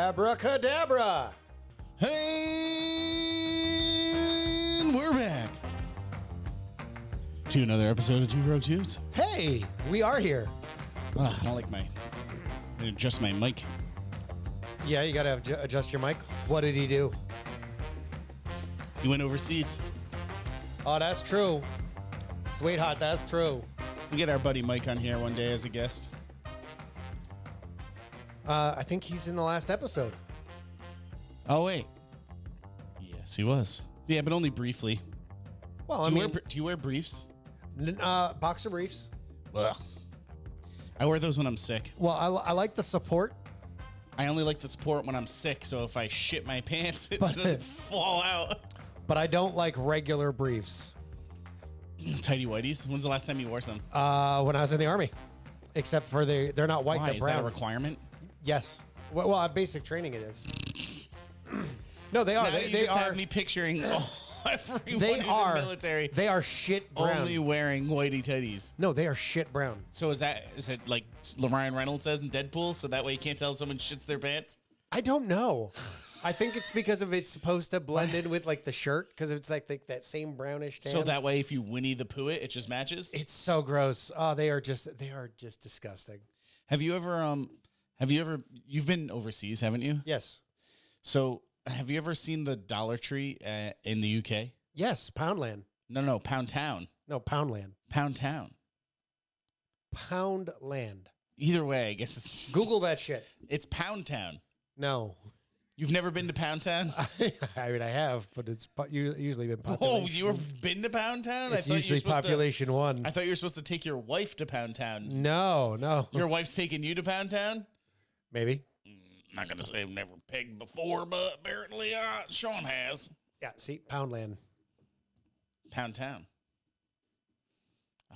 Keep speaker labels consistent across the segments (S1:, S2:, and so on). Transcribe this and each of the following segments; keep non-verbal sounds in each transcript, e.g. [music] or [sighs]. S1: Abracadabra.
S2: Hey, we're back to another episode of Two Broke Dudes.
S1: Hey, we are here.
S2: Ah, I don't like my adjust my mic.
S1: Yeah, you got to adjust your mic. What did he do?
S2: He went overseas.
S1: Oh, that's true. Sweetheart, that's true.
S2: We get our buddy Mike on here one day as a guest.
S1: Uh, I think he's in the last episode.
S2: Oh wait, yes, he was. Yeah, but only briefly.
S1: Well,
S2: Do
S1: I
S2: you, wear,
S1: mean,
S2: br- do you wear briefs?
S1: n- uh, boxer briefs.
S2: Ugh. I wear those when I'm sick.
S1: Well, I, li- I like the support.
S2: I only like the support when I'm sick, so if I shit my [laughs] pants, it
S1: But-
S2: doesn't fall
S1: [laughs]
S2: out.
S1: But I don't like regular briefs.
S2: Tidy whities. When's the last time you wore some?
S1: Uh, when I was in the army, except for they they're not white,
S2: Why
S1: they're
S2: is that a
S1: brown.
S2: requirement?
S1: yes. Well, well, at basic training it is. [sniffs] no, they are.
S2: now
S1: they
S2: you
S1: they
S2: just
S1: are.
S2: have
S1: [laughs]
S2: me picturing all, everyone [laughs]
S1: they
S2: who's
S1: are.
S2: in military
S1: They are shit brown.
S2: only wearing whitey tidies.
S1: no, they are shit brown.
S2: So is that is it like Ryan Reynolds says in Deadpool? So that way you can't tell if someone shits their pants.
S1: I don't know. I think it's because of it's supposed to blend in with like the shirt because it's like the, that same brownish. Tan.
S2: So that way, if you Winnie the Pooh it, it just matches.
S1: it's so gross. Oh, they are just they are just disgusting.
S2: Have you ever um? Have you ever? You've been overseas, haven't you?
S1: Yes,
S2: So have you ever seen the Dollar Tree uh, in the UK?
S1: yes, Poundland.
S2: No, no, Pound Town,
S1: No, Poundland.
S2: Pound Town.
S1: Poundland.
S2: Either way, I guess it's
S1: Google that shit.
S2: It's Pound Town.
S1: No, [laughs]
S2: You've never been to Pound Town?
S1: I mean I have, but it's po- u- usually been
S2: Oh,
S1: population.
S2: you've been to Pound Town?
S1: it's
S2: you were
S1: usually
S2: supposed to-
S1: population one.
S2: I thought you were supposed to take your wife to Pound Town.
S1: no, no,
S2: Your wife's taking you to Pound Town?
S1: maybe.
S2: not gonna say I've never pegged before, but apparently uh, Sean has.
S1: Yeah, see, Poundland.
S2: Pound Town.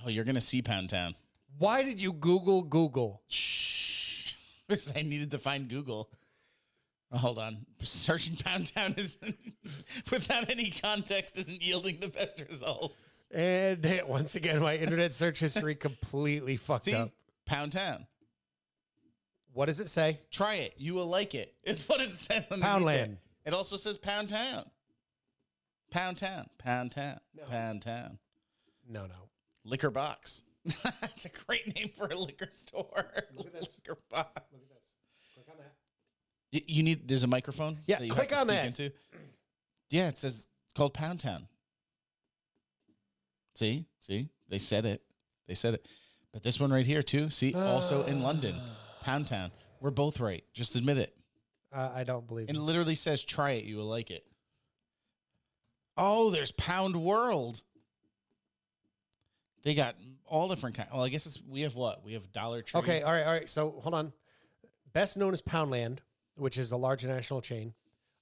S2: Oh, you're gonna see Pound Town.
S1: Why did you Google Google?
S2: Shh. [laughs] 'Cause I needed to find Google. Oh, hold on. Searching Pound Town is [laughs] without any context isn't yielding the best results.
S1: And [laughs] eh, once again, my internet search history completely fucked
S2: See?
S1: up.
S2: Pound Town.
S1: What does it say?
S2: Try it. You will like it. [laughs] It's what it says on the
S1: Poundland.
S2: UK. It also says Pound Town. Pound Town. Pound Town. Pound Town.
S1: No, no.
S2: Liquor Box. [laughs] That's a great name for a liquor store. [laughs] Liquor Box. Y- You need. There's a microphone.
S1: Yeah,
S2: you
S1: click
S2: have to
S1: on
S2: speak
S1: that.
S2: into. Yeah, it says it's called Pound Town. See, see, they said it. They said it. But this one right here too. See, also in
S1: [gasps]
S2: London, Pound Town. We're both right. Just admit it.
S1: Uh, I don't believe
S2: And it
S1: it.
S2: literally says, "Try it. You will like it." Oh, there's Pound World. They got all different kind. Well, I guess it's we have what we have Dollar Tree.
S1: Okay, all right, all right. So hold on. Best known as Poundland, which is a large national chain.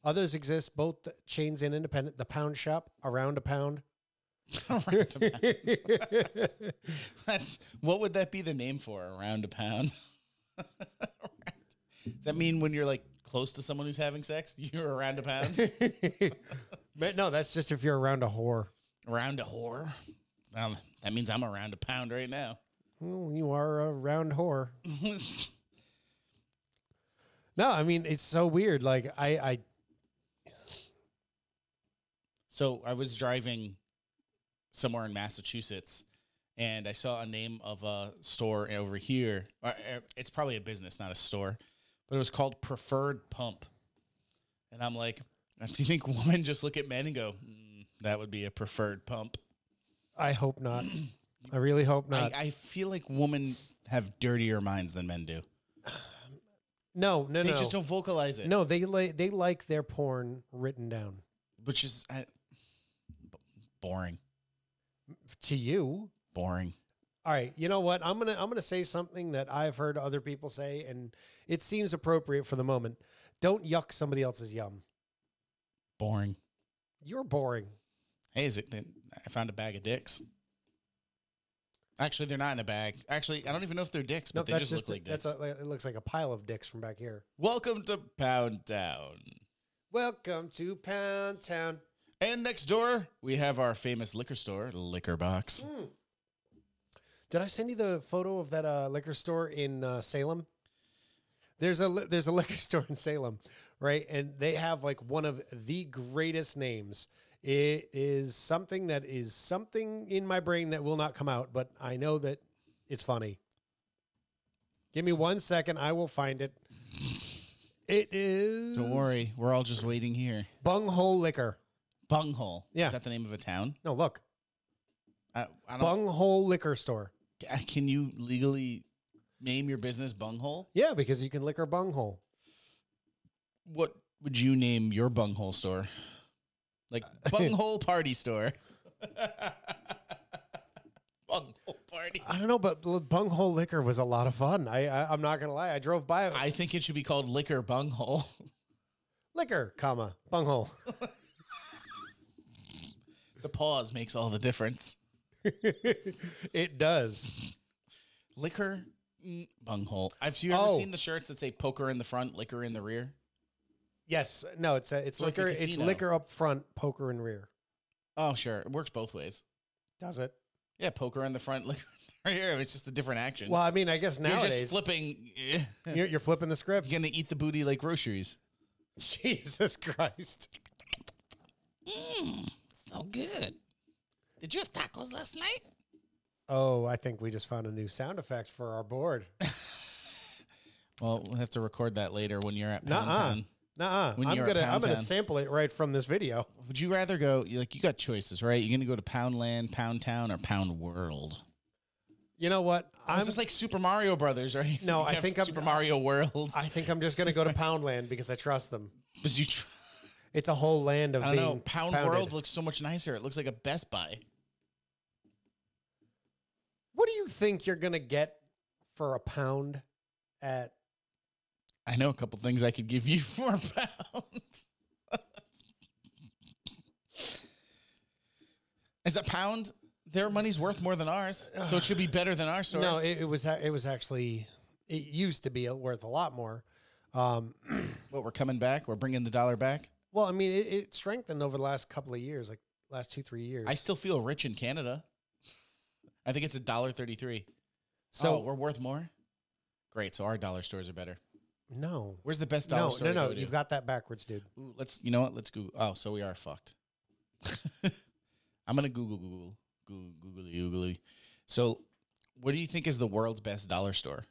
S1: Others exist, both chains and independent. The Pound Shop, around a pound.
S2: [laughs]
S1: [laughs]
S2: Around a pound. That's what would that be the name for? Around a pound. [laughs] Does that mean when you're like close to someone who's having sex, [laughs] you're around
S1: [laughs]
S2: a pound?
S1: But no, that's just if you're around a whore.
S2: around a whore. Um, that means I'm around a pound right now. [laughs]
S1: Well, Mm, you are a round whore. No, I mean it's so weird. Like I, I
S2: So I was driving somewhere in Massachusetts and I saw a name of a store over here. Uh, uh, It's probably a business, not a store, but it was called Preferred Pump. And I'm like, [laughs] do you think women just look at men and go, mm, that would be a preferred pump?
S1: I hope
S2: [clears throat]
S1: not. I really hope
S2: I,
S1: not.
S2: I feel like women have dirtier minds than men do.
S1: no, no,
S2: They
S1: no.
S2: just don't vocalize it.
S1: No, they li- they like their porn written down.
S2: Which is I, b- boring.
S1: To you,
S2: Boring.
S1: All right, you know what? I'm gonna I'm gonna say something that I've heard other people say, and it seems appropriate for the moment. Don't yuck somebody else's yum.
S2: Boring.
S1: You're boring.
S2: Hey, is it? then- I found a bag of dicks. Actually, they're not in a bag. Actually, I don't even know if they're dicks, but they just look like dicks.
S1: that's a, it looks like a pile of dicks from back here.
S2: Welcome to Pound Town.
S1: Welcome to Pound Town.
S2: And next door, we have our famous liquor store, Liquor Box.
S1: Did I send you the photo of that uh, liquor store in uh, Salem? There's a li- there's a [laughs] liquor store in Salem, right? And they have like one of the greatest names. It is something that is something in my brain that will not come out, but I know that it's funny. Give me one second, I will find it. It is
S2: Don't worry, we're all just waiting here.
S1: Bunghole Liquor.
S2: Bunghole.
S1: Yeah.
S2: Is that the name of a town?
S1: No, look.
S2: I, I don't.
S1: Bunghole Liquor Store.
S2: Bung- can you legally name your business Bunghole?
S1: Yeah, because you can liquor bunghole.
S2: What would you name your bunghole store? [laughs] Like bunghole party store. [laughs] bunghole party.
S1: I don't know, but l- bunghole liquor was a lot of fun. I, I I'm not gonna lie. I drove by it.
S2: I think it should be called liquor bunghole. [laughs]
S1: liquor, comma bunghole.
S2: The pause makes all the difference.
S1: it does.
S2: Liquor mm, bunghole. I've you ever
S1: Oh.
S2: seen the shirts that say poker in the front, liquor in the rear?
S1: Yes. No. It's a, it's
S2: Like a
S1: liquor. it's
S2: casino.
S1: liquor up front, poker in rear.
S2: Oh, sure. It works both ways.
S1: Does it?
S2: Yeah, poker in the front, [laughs] liquor in the rear. It's just a different action.
S1: Well, I mean, I guess
S2: You're
S1: nowadays
S2: just flipping. [laughs] eh,
S1: you're, you're flipping the
S2: You're
S1: script.
S2: gonna eat the booty like groceries.
S1: [laughs] Jesus Christ.
S2: Mmm, so good. Did you have tacos last night?
S1: Oh, I think we just found a new sound effect for our board.
S2: Well, we'll have to record that later when you're at Pound
S1: Nuh-uh.
S2: Town.
S1: Nuh-uh.
S2: When
S1: I'm
S2: you're at
S1: gonna I'm gonna
S2: Poundtown.
S1: sample it right from this video.
S2: Would you rather go? you- Like you got choices, right? You're gonna go to Pound Land, Pound Town, or Pound World.
S1: You know what?
S2: This
S1: I'm
S2: is like Super Mario Brothers, right?
S1: No,
S2: [laughs] You
S1: I
S2: have
S1: think I'm-
S2: Super Mario World.
S1: I think I'm just gonna go to Poundland because I trust them.
S2: [laughs] But you tr-
S1: It's a whole land of
S2: I don't
S1: being
S2: know. Pound
S1: pounded.
S2: World looks so much nicer. It looks like a Best Buy.
S1: What do you think you're gonna get for a pound at?
S2: I know a couple things I could give you [laughs] for a pound. Is a pound? Their money's worth more than ours, so it should be better than our store.
S1: No, it, it was it was actually it used to be worth a lot more. Um, [clears throat]
S2: But we're coming back. We're bringing the dollar back.
S1: well, I mean, it, it strengthened over the last couple of years, like last two three years.
S2: I still feel rich in Canada. I think it's a dollar thirty-three. So
S1: so
S2: oh, we're worth more. Great. So our dollar stores are better.
S1: no,
S2: Where's the best dollar
S1: no,
S2: store?
S1: no,
S2: to
S1: no.
S2: go to?
S1: You've got that backwards, dude.
S2: Ooh, let's. You know what? Let's Google. Oh, so we are fucked. [laughs] I'm gonna Google Google Google Googly Googly. So, what do you think is the world's best dollar store?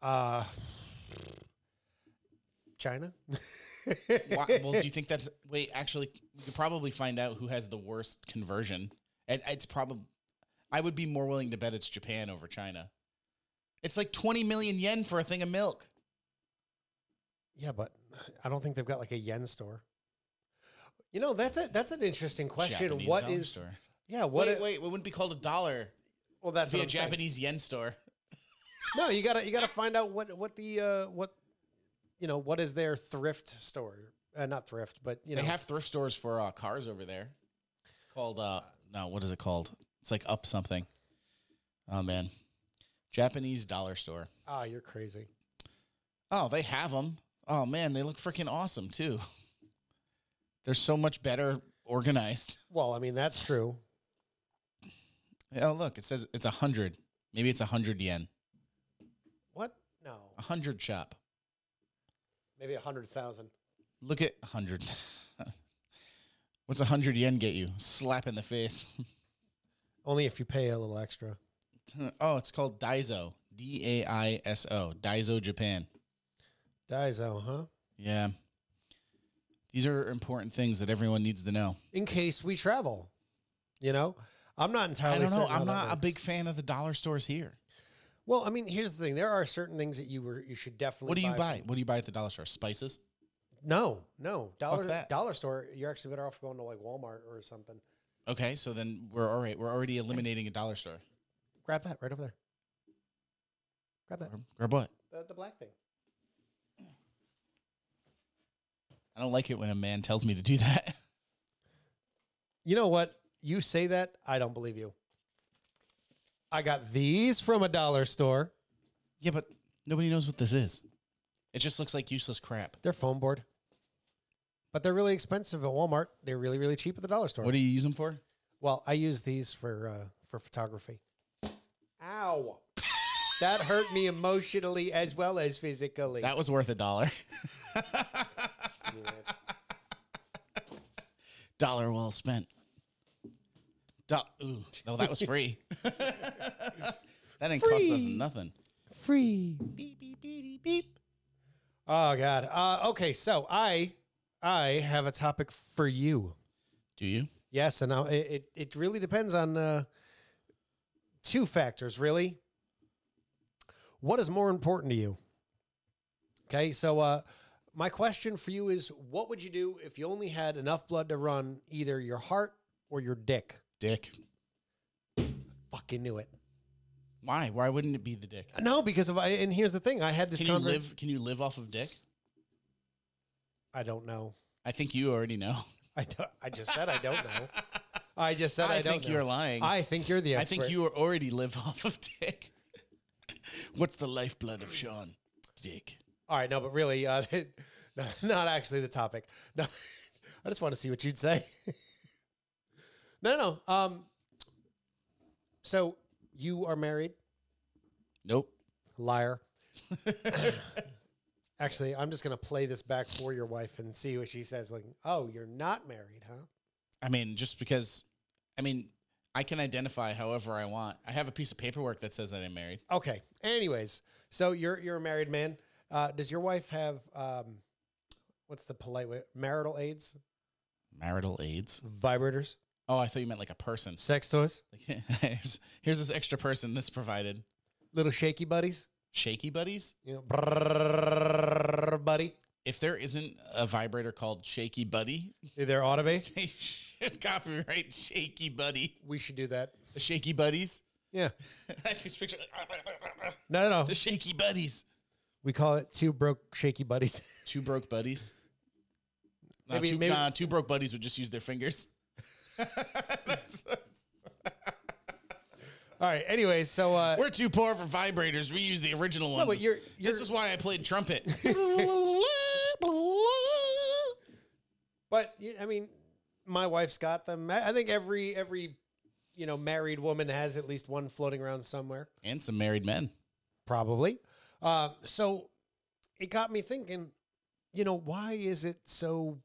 S1: Uh, China.
S2: [laughs] Why, well, do you think that's? Wait, actually, we could probably find out who has the worst conversion. It, it's probably. I would be more willing to bet it's Japan over China. It's like 20 million yen for a thing of milk.
S1: [laughs] Yeah, but I don't think they've got like a yen store. You know, that's a that's an interesting question.
S2: Japanese
S1: what
S2: dollar
S1: is
S2: store.
S1: yeah, what
S2: wait,
S1: it-
S2: wait, it wouldn't be called a dollar.
S1: well that's
S2: It'd be
S1: what
S2: a
S1: I'm saying.
S2: Japanese yen store.
S1: No, you gotta you gotta find out what what the uh what you know, what is their thrift store. Uh, not thrift, but you know
S2: they have thrift stores for uh, cars over there. Called uh no, what is it called? It's like up something. Oh man, Japanese dollar store.
S1: Ah, you're crazy.
S2: Oh, they have them. Oh man, they look freaking awesome too. They're so much better organized.
S1: Well, I mean that's true.
S2: Oh look, it says it's a hundred. Maybe it's a hundred yen.
S1: What? No.
S2: A hundred shop.
S1: Maybe a hundred thousand.
S2: Look at a hundred. [laughs] What's a hundred yen get you? Slap in the face. [laughs]
S1: Only if you pay a little extra.
S2: oh, it's called Daiso. D A I S O. Daiso Japan.
S1: Daiso, huh?
S2: Yeah. These are important things that everyone needs to know.
S1: In case we travel. You know? I'm not entirely
S2: I don't know.
S1: certain how
S2: I'm
S1: that
S2: not a
S1: works.
S2: big fan of the dollar stores here.
S1: Well, I mean, here's the thing. There are certain things that you were you should definitely
S2: What do you
S1: buy
S2: buy? What do you buy at the dollar store? Spices?
S1: No, no. Dollar
S2: that.
S1: dollar store, you're actually better off going to like Walmart or something.
S2: Okay, so then we're all right. We're already eliminating a dollar store.
S1: Grab that right over there. Grab that.
S2: Grab- Grab what?
S1: The, the black thing.
S2: I don't like it when a man tells me to do that. [laughs]
S1: You know what? You say that, I don't believe you. I got these from a dollar store.
S2: yeah, but nobody knows what this is. It just looks like useless crap.
S1: They're foam board. But they're really expensive at Walmart. They're really, really cheap at the dollar store.
S2: What do you use them for?
S1: well, I use these for uh, for photography. Ow. That hurt me emotionally as well as physically.
S2: That was worth a dollar. [laughs] dollar well spent. Do- Ooh, no, that
S1: [laughs]
S2: was free. that didn't cost us
S1: Free.
S2: nothing.
S1: Free.
S2: Beep beep beep beep.
S1: Oh God. Uh, okay, so I I have a topic for you.
S2: Do you?
S1: Yes, and now it, it it really depends on uh, two factors, really. What is more important to you? Okay, so uh, my question for you is: What would you do if you only had enough blood to run either your heart or your dick?
S2: Dick.
S1: Fucking knew it.
S2: Why? Why wouldn't it be the dick?
S1: No, because of I. And here's the thing: I had this.
S2: Can you
S1: conver-
S2: live? Can you live off of dick?
S1: I don't know.
S2: I think you already know.
S1: I don't, I just said I don't
S2: [laughs]
S1: know. I just said I,
S2: I,
S1: don't
S2: think
S1: know.
S2: you're lying.
S1: I think you're the
S2: I
S1: expert.
S2: think you already live [laughs] off of dick. What's the lifeblood of Sean? Dick.
S1: All right, no, but really, uh, [laughs] not- not actually the topic. No, [laughs] I just want to see what you'd say. [laughs] no, no, no. Um, so you are married,
S2: Nope.
S1: liar. [laughs] actually, I'm just gonna play this back for your wife and see what she says. Like, oh, you're not married, huh?
S2: I mean, just because, I mean, I can identify however I want. I have a piece of paperwork that says that I'm married.
S1: Okay. Anyways, so you're you're a married man. Uh, does your wife have um, what's the polite way? Marital aids,
S2: Marital aids.
S1: vibrators,
S2: Oh, I thought you meant like a person. [laughs]
S1: sex toys,
S2: Like, here's, here's this extra person this provided.
S1: little shaky buddies.
S2: Shaky buddies.
S1: You know, brrrr, buddy.
S2: If there isn't a vibrator called Shaky Buddy, [laughs]
S1: There ought to be.
S2: they should copyright Shaky Buddy.
S1: We should do that.
S2: The Shaky Buddies. [laughs]
S1: Yeah.
S2: I just picture [laughs]
S1: No, no, no.
S2: the Shaky Buddies.
S1: We call it two broke shaky buddies. [laughs]
S2: Two broke buddies. Nah,
S1: Maybe-
S2: two,
S1: maybe-
S2: nah, two broke buddies would just use their fingers. That's what-
S1: All right. Anyways, so uh,
S2: We're too poor for vibrators. We use the original ones.
S1: no, but you're, you're
S2: this is why I played
S1: [laughs]
S2: trumpet.
S1: but you- I mean, my wife's got them. I I think every every you know married woman has at least one floating around somewhere.
S2: and some married men.
S1: probably. Uh, so it got me thinking, you know, why is it so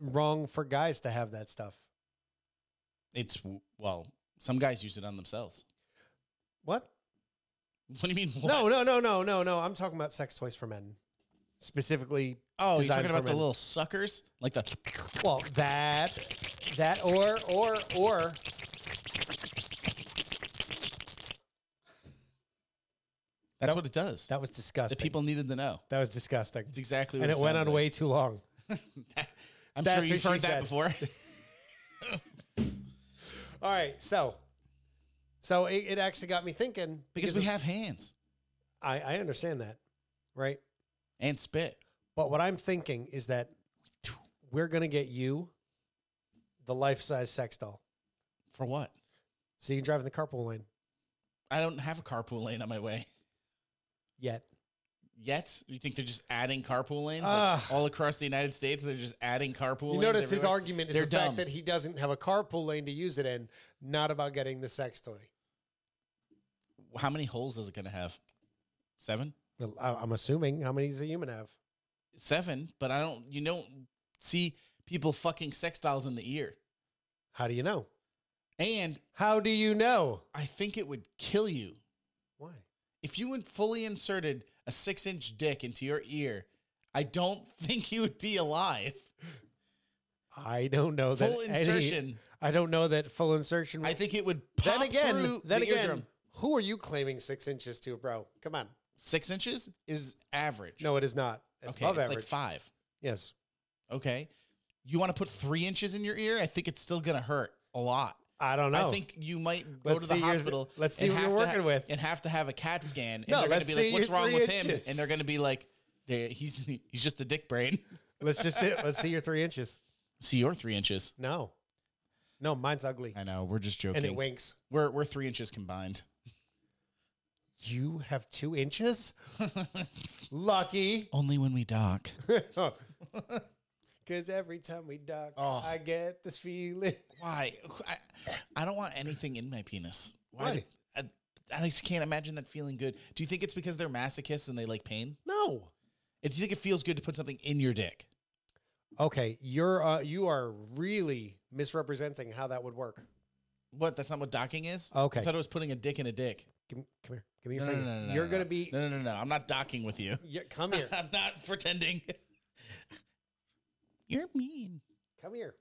S1: wrong for guys to have that stuff?
S2: It's well, some guys use it on themselves.
S1: What?
S2: What do you mean? what?
S1: No, no, no, no, no, no. I'm talking about sex toys for men, specifically.
S2: Oh, you're
S1: designed
S2: talking
S1: for
S2: about the
S1: men.
S2: little suckers, like the.
S1: Well, that, that, or, or, or.
S2: That's what it does.
S1: That was
S2: the
S1: disgusting.
S2: people needed to know.
S1: That was disgusting,
S2: It's exactly what
S1: and it went on
S2: sounds like.
S1: way too long.
S2: I'm
S1: That's
S2: sure you've
S1: what
S2: heard
S1: she
S2: that
S1: said. [laughs]
S2: before.
S1: All right, so, so it, it actually got me thinking
S2: because we
S1: of-
S2: have hands
S1: I, I understand that, right?
S2: and spit.
S1: But what I'm thinking is that we're gonna get you the life size sex doll,
S2: For what?
S1: so you can drive in the carpool lane.
S2: I don't have a carpool lane on my way
S1: Yet,
S2: yet. You think they're just adding carpool lanes Like,
S1: Ugh.
S2: all across the United States? They're just adding carpool.
S1: you
S2: lanes
S1: notice his
S2: everywhere?
S1: argument is
S2: They're
S1: the
S2: dumb.
S1: fact that he doesn't have a carpool lane to use it in, not about getting the sex toy.
S2: How many holes is it going to have? Seven,
S1: Well, I- I'm assuming how many does a human have?
S2: seven. But I don't. You don't see people fucking sex dolls in the ear.
S1: How do you know?
S2: And
S1: How do you know?
S2: I think it would kill you
S1: Why?
S2: if you in- fully inserted a six-inch dick into your ear. I don't [laughs] think you would be alive.
S1: I don't know that
S2: Full
S1: any-
S2: insertion.
S1: I don't know that full insertion.
S2: I think it would pop
S1: then again,
S2: through
S1: then
S2: the
S1: again,
S2: eardrum.
S1: who are you claiming six inches to, bro? Come on.
S2: Six inches is average.
S1: No, it is not. It's
S2: okay,
S1: above
S2: it's
S1: average.
S2: like five.
S1: yes.
S2: Okay, you want to put three inches in your ear? I think it's still gonna hurt a lot.
S1: I don't know.
S2: I think you might go
S1: Let's
S2: to the
S1: see your-
S2: hospital.
S1: let's see
S2: and
S1: what
S2: have
S1: you're
S2: to
S1: working with.
S2: and have to have a CAT scan. And
S1: No,
S2: they're
S1: let's
S2: gonna be
S1: see
S2: like, "What's
S1: your
S2: wrong
S1: three
S2: with him?"
S1: inches.
S2: And they're gonna be like, "There, he's he's just a dick brain."
S1: [laughs]
S2: [laughs]
S1: Let's just sit. Let's see your three inches.
S2: See, your three inches.
S1: No, no, mine's ugly,
S2: I know we're just joking.
S1: and it winks.
S2: we're we're three inches combined. [laughs]
S1: You have two inches. Lucky,
S2: Only when
S1: [laughs]
S2: we dock.
S1: because every time we dock,
S2: Oh.
S1: I get this feeling. [laughs]
S2: Why? I, I don't want anything in my penis. Why?
S1: Why?
S2: do- I- I just can't imagine that feeling good. Do you think it's because they're masochists and they like pain?
S1: No.
S2: And do you think it feels good to put something in your dick?
S1: Okay, you're uh, you are really misrepresenting how that would work.
S2: What? That's not what docking is.
S1: Okay,
S2: I thought it was putting a dick in a dick.
S1: give, me- come here. Give me
S2: No,
S1: your
S2: no,
S1: finger.
S2: no, no, no,
S1: you're
S2: no,
S1: gonna
S2: no.
S1: be.
S2: No, no, no, no. I'm not docking with you.
S1: Yeah, come here.
S2: [laughs] I'm not pretending. You're mean.
S1: come here.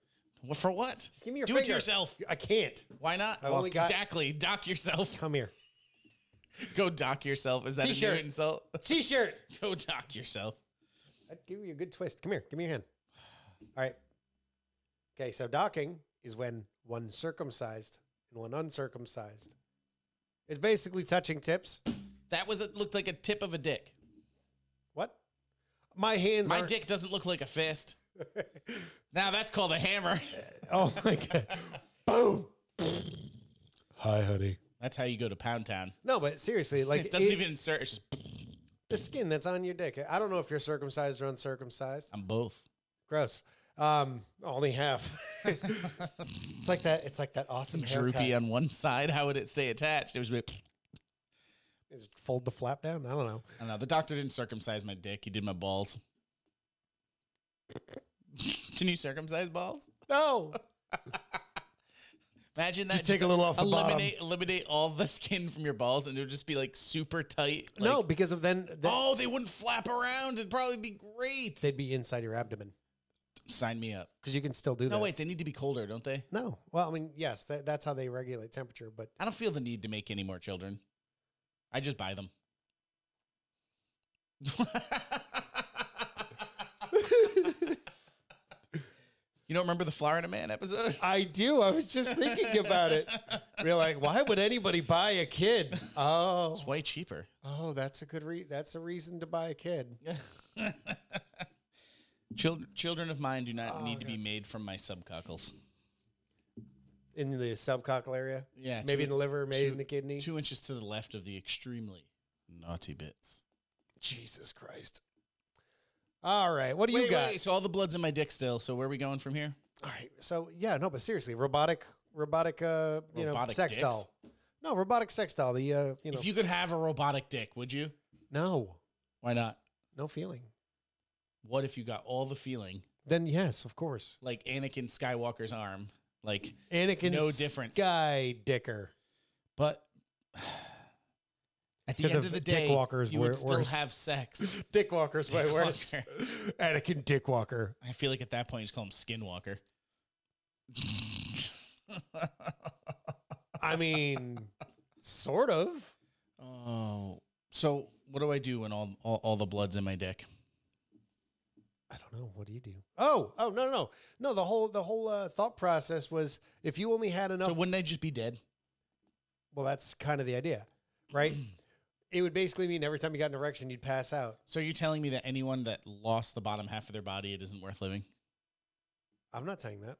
S2: Well, for what?
S1: Just give me your
S2: Do
S1: finger.
S2: it to yourself.
S1: I can't.
S2: Why not?
S1: I've only got-
S2: exactly. Dock yourself. [laughs]
S1: Come here.
S2: Go dock yourself. Is that a
S1: T-shirt.
S2: new insult? [laughs]
S1: T-shirt.
S2: Go dock yourself.
S1: I'd give you a good twist. Come here. Give me your hand. All right. Okay, so docking is when one circumcised and one uncircumcised is basically touching tips.
S2: That was it. Looked like a tip of a dick.
S1: What? My hands
S2: My
S1: aren't-
S2: dick doesn't look like a fist.
S1: [laughs]
S2: now that's called a hammer. [laughs]
S1: Oh my god. Boom. Hi, honey.
S2: That's how you go to Pound Town.
S1: No, but seriously, like
S2: It doesn't
S1: it-
S2: even insert. It's just
S1: the skin that's on your dick. I don't know if you're circumcised or uncircumcised.
S2: I'm both.
S1: Gross. Um, only half. it's like that. It's like that awesome
S2: Droopy
S1: haircut.
S2: on one side. How would it stay attached? It was. Like,
S1: Just fold the flap down. I don't know.
S2: I don't know. The doctor didn't circumcise my dick. He did my balls. [laughs] Can you circumcise balls?
S1: No.
S2: Imagine that.
S1: Just take a little off the bottom.
S2: eliminate, Eliminate all the [laughs] skin from your balls, and it would just be like super tight. like-
S1: no, because of then then
S2: oh, they wouldn't flap around. It'd probably be great.
S1: they'd be inside your abdomen
S2: Sign me up.
S1: because you can still do that.
S2: No, wait. They need to be colder, don't they?
S1: No. Well, I mean, yes, that, that's how they regulate temperature. But
S2: I don't feel the need to make any more children. I just buy them. [laughs] you don't remember the Flower and a Man episode?
S1: I do. I was just thinking about it. We're like, why would anybody buy a kid? Oh,
S2: It's way cheaper.
S1: oh, that's a good re- that's a reason to buy a kid.
S2: Children, children of mine do not
S1: Oh,
S2: need to be made from my subcockles.
S1: in the subcockal area.
S2: Yeah,
S1: maybe
S2: two-
S1: in the liver, maybe
S2: two-
S1: in the kidney.
S2: Two inches to the left of the extremely naughty bits.
S1: Jesus Christ! All right, what do you got?
S2: so all the blood's in my dick still. So where are we going from here?
S1: All right, so yeah, no, but seriously, robotic, robotic, uh, you know,
S2: Robotic
S1: sex
S2: dicks?
S1: doll. No, robotic sex doll. The uh, you know,
S2: If you could have a robotic dick, would you?
S1: no,
S2: Why not?
S1: no feeling.
S2: What if you got all the feeling
S1: Then yes, of course.
S2: like Anakin Skywalker's arm? Like,
S1: Anakin,
S2: No difference.
S1: Guy Dicker.
S2: but [sighs] at the
S1: 'Cause
S2: end
S1: of
S2: of, the
S1: dick
S2: day,
S1: walkers
S2: you
S1: wor-
S2: would still
S1: worse.
S2: have sex.
S1: Dick Walker's
S2: way
S1: [laughs]
S2: worse.
S1: Anakin Dick Walker.
S2: I feel like at that point you just call him Skinwalker.
S1: I mean, sort of.
S2: [laughs] oh, so what do I do when all, all all the blood's in my dick?
S1: I don't know. What do you do? Oh, oh no, no, no, no. The whole the whole uh, thought process was if you only had enough.
S2: So wouldn't I just be dead?
S1: well, that's kind of the idea, right? it would basically mean every time you got an erection, you'd pass out.
S2: [clears throat] So you're telling me that anyone that lost the bottom half of their body, it isn't worth living?
S1: I'm not saying that.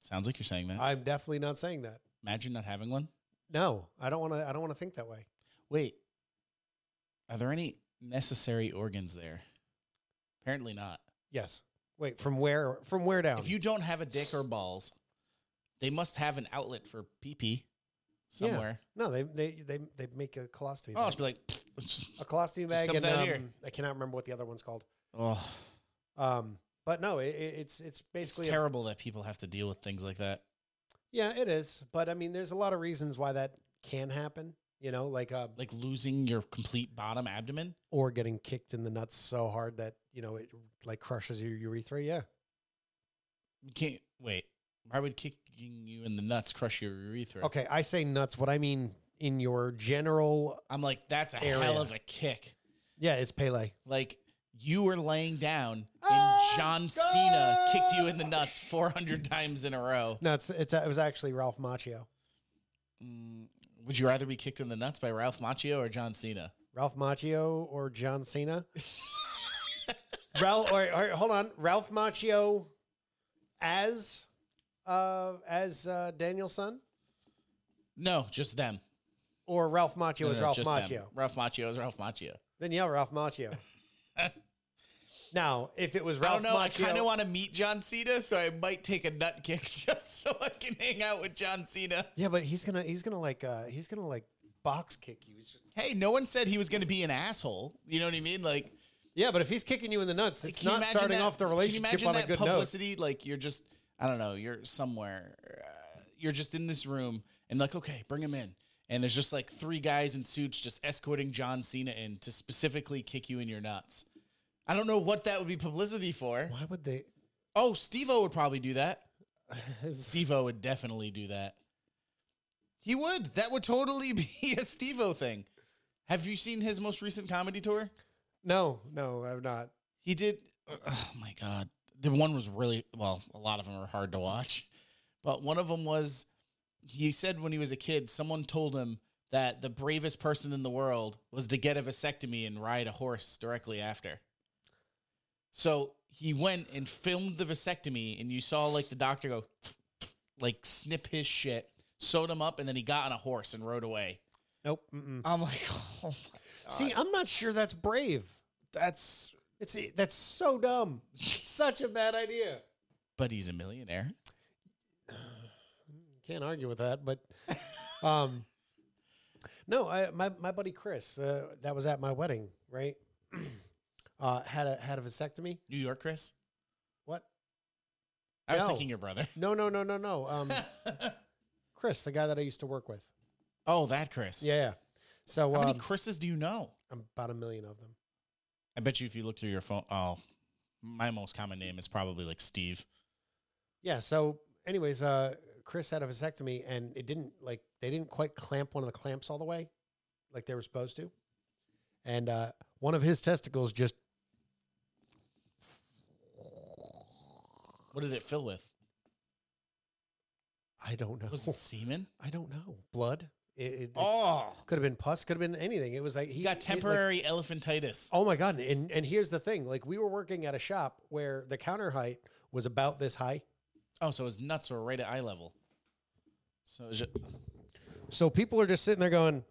S2: Sounds like you're saying that.
S1: I'm definitely not saying that.
S2: Imagine not having one.
S1: No, I don't want to. I don't want to think that way.
S2: Wait, are there any necessary organs there? Apparently not.
S1: Yes. Wait. From where? From where down?
S2: If you don't have a dick or balls, they must have an outlet for pee pee
S1: Yeah.
S2: somewhere.
S1: no, they they they they make a colostomy.
S2: Oh,
S1: bag.
S2: just be like, [sniffs]
S1: a colostomy bag,
S2: comes
S1: and
S2: out
S1: um,
S2: here.
S1: I cannot remember what the other one's called.
S2: oh,
S1: Um, but no, it, it- it's it's
S2: it's
S1: basically a-
S2: terrible that people have to deal with things like that.
S1: yeah, it is. But I mean, there's a lot of reasons why that can happen. You know, like uh,
S2: Like losing your complete bottom abdomen.
S1: or getting kicked in the nuts so hard that you know it like crushes your urethra. Yeah,
S2: You can't wait. Why would kicking you in the nuts crush your urethra?
S1: Okay, I say nuts. What I mean in your general,
S2: I'm like, that's a
S1: Area.
S2: hell of a kick.
S1: yeah, it's Pele.
S2: Like you were laying down and
S1: Oh,
S2: John Cena
S1: God.
S2: kicked you in the nuts 400 times in a row.
S1: No, it's it's it was actually Ralph Macchio.
S2: Mm, Would you rather be kicked in the nuts by Ralph Macchio or John Cena?
S1: Ralph Macchio or John
S2: [laughs]
S1: Cena. Ralph, all right, all right, hold on. Ralph Macchio as uh as uh, Daniel's son,
S2: No, just them.
S1: or Ralph Macchio
S2: No,
S1: as
S2: no,
S1: Ralph
S2: just
S1: Macchio.
S2: them. Ralph Macchio is Ralph Macchio.
S1: Then yeah, Ralph [laughs] Macchio. now, if it was
S2: I
S1: Ralph
S2: don't know. I
S1: Macchio,
S2: kind of want to meet John Cena, so I might take a nut [laughs] kick just so I can hang out with John Cena.
S1: yeah, but he's gonna he's gonna like uh he's gonna like box kick you. He's just-
S2: Hey, no one said he was going to be an asshole. You know what I mean? Like,
S1: yeah, but if he's kicking you in the nuts, it's
S2: can you
S1: not
S2: imagine
S1: starting
S2: that-
S1: off the
S2: can you
S1: relationship
S2: imagine
S1: on a
S2: that
S1: good note.
S2: publicity? Like, you're just, I don't know, you're somewhere, uh, you're just in this room, and like, okay, bring him in. And there's just like three guys in suits just escorting John Cena in to specifically kick you in your nuts. I don't know what that would be publicity for.
S1: Why would they?
S2: Oh, Steve O would probably do that. [laughs] Steve O would definitely do that. He would. That would totally [laughs] be a Steve O thing. Have you seen his most recent comedy tour?
S1: No, no, I'm not.
S2: He did. Oh my God. The one was really, well, a lot of them are hard to watch. But one of them was he said when he was a kid, someone told him that the bravest person in the world was to get a vasectomy and ride a horse directly after. So he went and filmed the vasectomy, and you saw like the doctor go, [sniffs] like snip his shit, sewed him up, and then he got on a horse and rode away.
S1: Nope. Mm-mm. Uh,
S2: I'm like, [laughs] oh, my
S1: See,
S2: God.
S1: I'm not sure that's brave.
S2: that's.
S1: It's that's so [laughs] dumb. Such a bad idea.
S2: But he's a millionaire.
S1: [sighs] Can't argue with that, but um, no, I, my my buddy Chris, uh, that was at my wedding, right? [clears throat] uh, had a had a vasectomy.
S2: New York, Chris.
S1: What?
S2: I was
S1: No.
S2: thinking your brother.
S1: No, no, no, no, no. Um, Chris, the guy that I used to work with.
S2: [laughs] oh, that Chris.
S1: Yeah. yeah. So
S2: How
S1: um,
S2: many Chris's do you know?
S1: I'm about a million of them.
S2: I bet you if you look through your phone, oh, my most common name is probably like Steve.
S1: Yeah. So, anyways, uh, Chris had a vasectomy, and it didn't like they didn't quite clamp one of the clamps all the way, like they were supposed to, and uh, one of his testicles just
S2: What did it fill with?
S1: I don't know.
S2: Was [laughs] it semen?
S1: I don't know. Blood. It, it, it
S2: Oh,
S1: could have been pus. Could have been anything. It was like he
S2: he got
S1: it, like-
S2: temporary elephantitis.
S1: Oh my god! And and here's the thing: like we were working at a shop where the counter height was about this high,
S2: Oh, so his nuts were right at eye level. So it was ju-
S1: so people are just sitting there going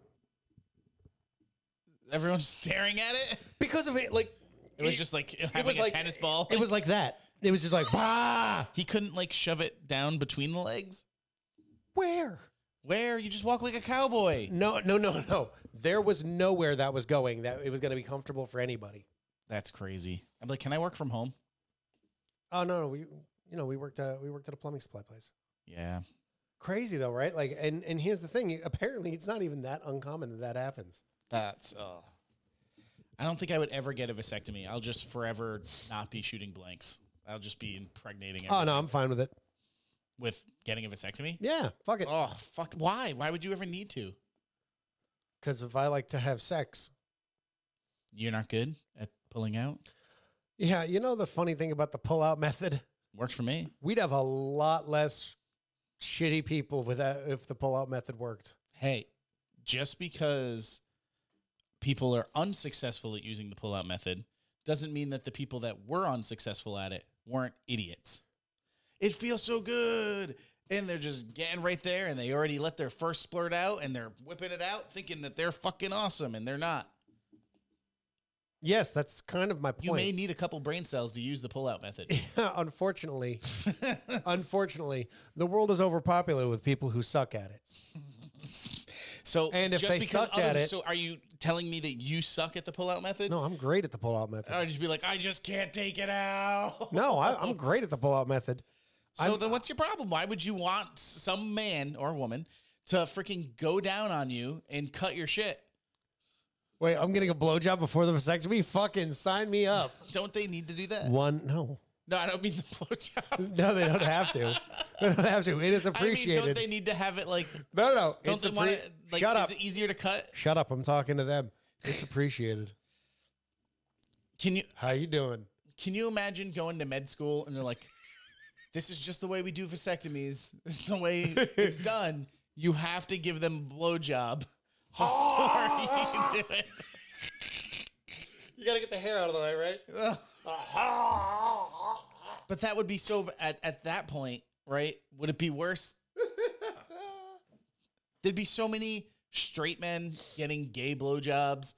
S2: everyone's [laughs] staring at it.
S1: because of it. Like
S2: It was just like having
S1: was
S2: a
S1: like-
S2: tennis ball. [laughs]
S1: it was like that. It was just like bah.
S2: he couldn't like shove it down between the legs.
S1: Where?
S2: Where you just walk like a cowboy.
S1: No, no, no, no. There was nowhere that was going that it was going to be comfortable for anybody.
S2: That's crazy. I'm like, can I work from home?
S1: Oh no, no, we you know we worked uh, we worked at a plumbing supply place.
S2: Yeah.
S1: Crazy though, right? Like, and and here's the thing. Apparently, it's not even that uncommon that that happens.
S2: That's oh. I don't think I would ever get a vasectomy. I'll just forever not be shooting blanks. I'll just be impregnating it
S1: Oh no, I'm fine with it.
S2: with getting a vasectomy.
S1: Yeah, fuck it.
S2: Oh fuck! Why? Why would you ever need to?
S1: Because if I like to have sex,
S2: You're not good at pulling out.
S1: yeah, you know the funny thing about the pull-out method, [laughs]
S2: Works for me.
S1: we'd have a lot less shitty people with that if the pull-out method worked.
S2: Hey, just because people are unsuccessful at using the pull-out method doesn't mean that the people that were unsuccessful at it weren't idiots. It feels so good. And they're just getting right there and they already let their first splurt out and they're whipping it out thinking that they're fucking awesome and they're not.
S1: Yes, that's kind of my
S2: You may
S1: point.
S2: need a couple brain cells to use the pull-out
S1: [laughs]
S2: method. [laughs]
S1: Unfortunately, Unfortunately, the world is overpopulated with people who suck at it.
S2: so
S1: And if
S2: just
S1: they
S2: because
S1: sucked
S2: other-
S1: at it-
S2: so are you telling me that you suck at the pull-out method?
S1: No, I'm great at the pull-out method.
S2: I'd just be like, I just can't take it out.
S1: no,
S2: [laughs]
S1: I, I'm great at the pull-out method.
S2: oh, So
S1: I'm-
S2: then, what's your problem? Why would you want s- some man or woman to freaking go down on you and cut your shit?
S1: Wait, I'm getting a blowjob before the vasectomy. Fucking sign me
S2: [laughs]
S1: up.
S2: Don't they need to do that?
S1: One, no,
S2: No, I don't mean the [laughs] blowjob.
S1: no, they don't have
S2: [laughs]
S1: to. They don't have to. It is
S2: I mean,
S1: appreciated.
S2: don't they need to have it like?
S1: no, no,
S2: Don't
S1: it's
S2: they want
S1: appre-
S2: it? Like,
S1: Shut
S2: is
S1: up.
S2: it easier to cut?
S1: Shut up. I'm talking to them. It's appreciated.
S2: Can you
S1: How you doing?
S2: can you imagine going to med school and they're like, "This is just the way we do vasectomies. [laughs] This is the way
S1: [laughs]
S2: it's done. You have to give them a blowjob before [laughs] you do it."
S1: You gotta get the hair out of the way, right?
S2: But that would be so b- at, at that point, right? Would it
S1: [laughs]
S2: be worse? There'd be so many straight men getting gay blowjobs,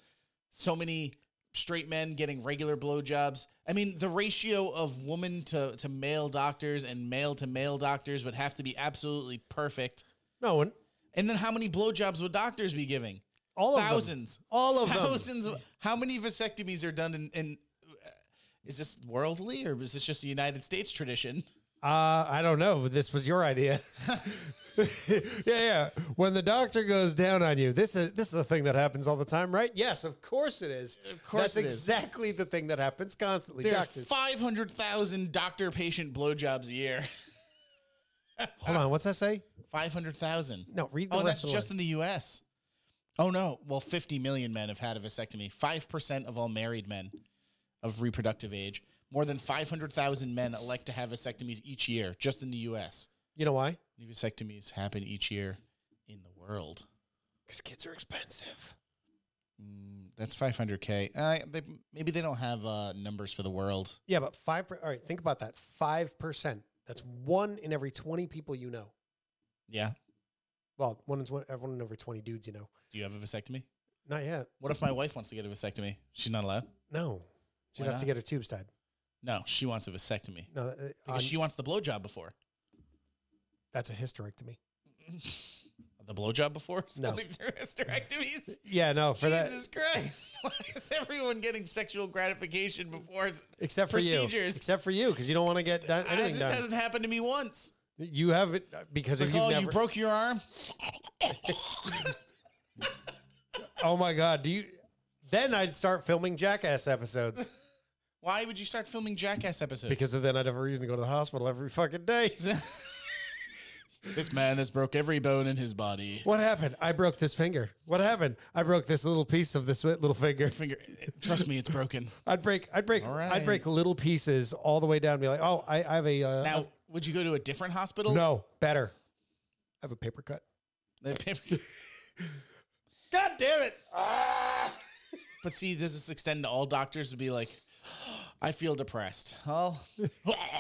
S2: so many straight men getting regular blowjobs. I mean, the ratio of woman to, to male doctors and male to male doctors would have to be absolutely perfect.
S1: [laughs] No one.
S2: And then how many blowjobs would doctors be giving?
S1: All of them.
S2: thousands.
S1: All of them.
S2: Thousands. How many vasectomies are done in, in uh, is this worldly or is this just a United States tradition? [laughs]
S1: Uh, I don't know, but this was your idea. yeah, yeah. When the doctor goes down on you, this is this is a thing that happens all the time, right? Yes, of course it is. Of
S2: course
S1: that's
S2: it is.
S1: exactly the thing that happens constantly.
S2: There are
S1: Doctors,
S2: 500,000 doctor patient blowjobs a year. [laughs]
S1: hold on. What's that say?
S2: 500,000.
S1: No, read the
S2: Oh,
S1: rest.
S2: that's
S1: of the
S2: just in the US. Oh, no. Well, 50 million men have had a vasectomy. 5% of all married men of reproductive age. More than 500,000 men elect to have vasectomies each year just in the US.
S1: You know why?
S2: New vasectomies happen each year in the world.
S1: Because kids are expensive.
S2: Mm, that's 500K. Uh, they, maybe they don't have uh, numbers for the world.
S1: Yeah, but five. Per- all right, think about that. Five percent. That's one in every twenty people you know.
S2: Yeah.
S1: Well, one in tw- one in every twenty dudes you know.
S2: Do you have a vasectomy?
S1: Not yet.
S2: What if my wife wants to get a vasectomy? She's not allowed?
S1: No, she'd
S2: Why
S1: have to
S2: not?
S1: get her tubes tied.
S2: No, she wants a vasectomy
S1: No, uh,
S2: because
S1: on-
S2: she wants the blowjob
S1: [laughs]
S2: before.
S1: that's a hysterectomy.
S2: The blowjob before? It's
S1: No.
S2: only through hysterectomies?
S1: Yeah, no, for that
S2: Jesus Christ. [laughs] Why is everyone getting sexual gratification before? s-
S1: except for you,
S2: Procedures.
S1: except for you, because you don't want to get done,
S2: Ah,
S1: anything
S2: this
S1: done.
S2: hasn't happened to me once.
S1: You have it uh, because
S2: Like,
S1: if you've
S2: oh,
S1: never.
S2: you broke your arm?
S1: oh my God, do you? Then I'd start filming Jackass episodes
S2: Why would you start filming Jackass episodes?
S1: because then I'd have a reason to go to the hospital every fucking day.
S2: [laughs] this man has broke every bone in his body.
S1: What happened? I broke this finger. What happened? I broke this little piece of this little finger. [laughs]
S2: Finger. Trust me, it's broken.
S1: I'd break. I'd break.
S2: All
S1: I'd break little pieces all the way down. And be like, oh, I, I have a uh,
S2: Now, would you go to a different hospital?
S1: no better. I have a paper cut.
S2: God damn it. [laughs] But see, does this extend to all doctors to be like, [gasps] I feel depressed? Oh.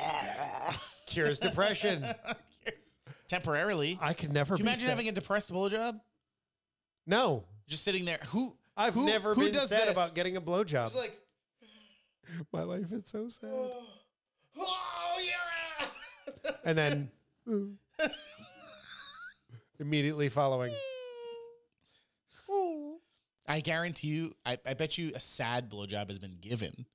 S1: [laughs] Cures
S2: [laughs]
S1: depression.
S2: Temporarily.
S1: I could never.
S2: Can
S1: be
S2: you imagine
S1: sad.
S2: having a depressed blowjob?
S1: no.
S2: Just sitting there. Who?
S1: I've
S2: who-
S1: never
S2: who
S1: been
S2: does
S1: sad
S2: this?
S1: about getting a blowjob.
S2: It's like,
S1: My life is so sad.
S2: oh, yeah.
S1: and then [laughs]
S2: [laughs]
S1: ooh. immediately following.
S2: I guarantee you, I, I bet you a sad blowjob has been given.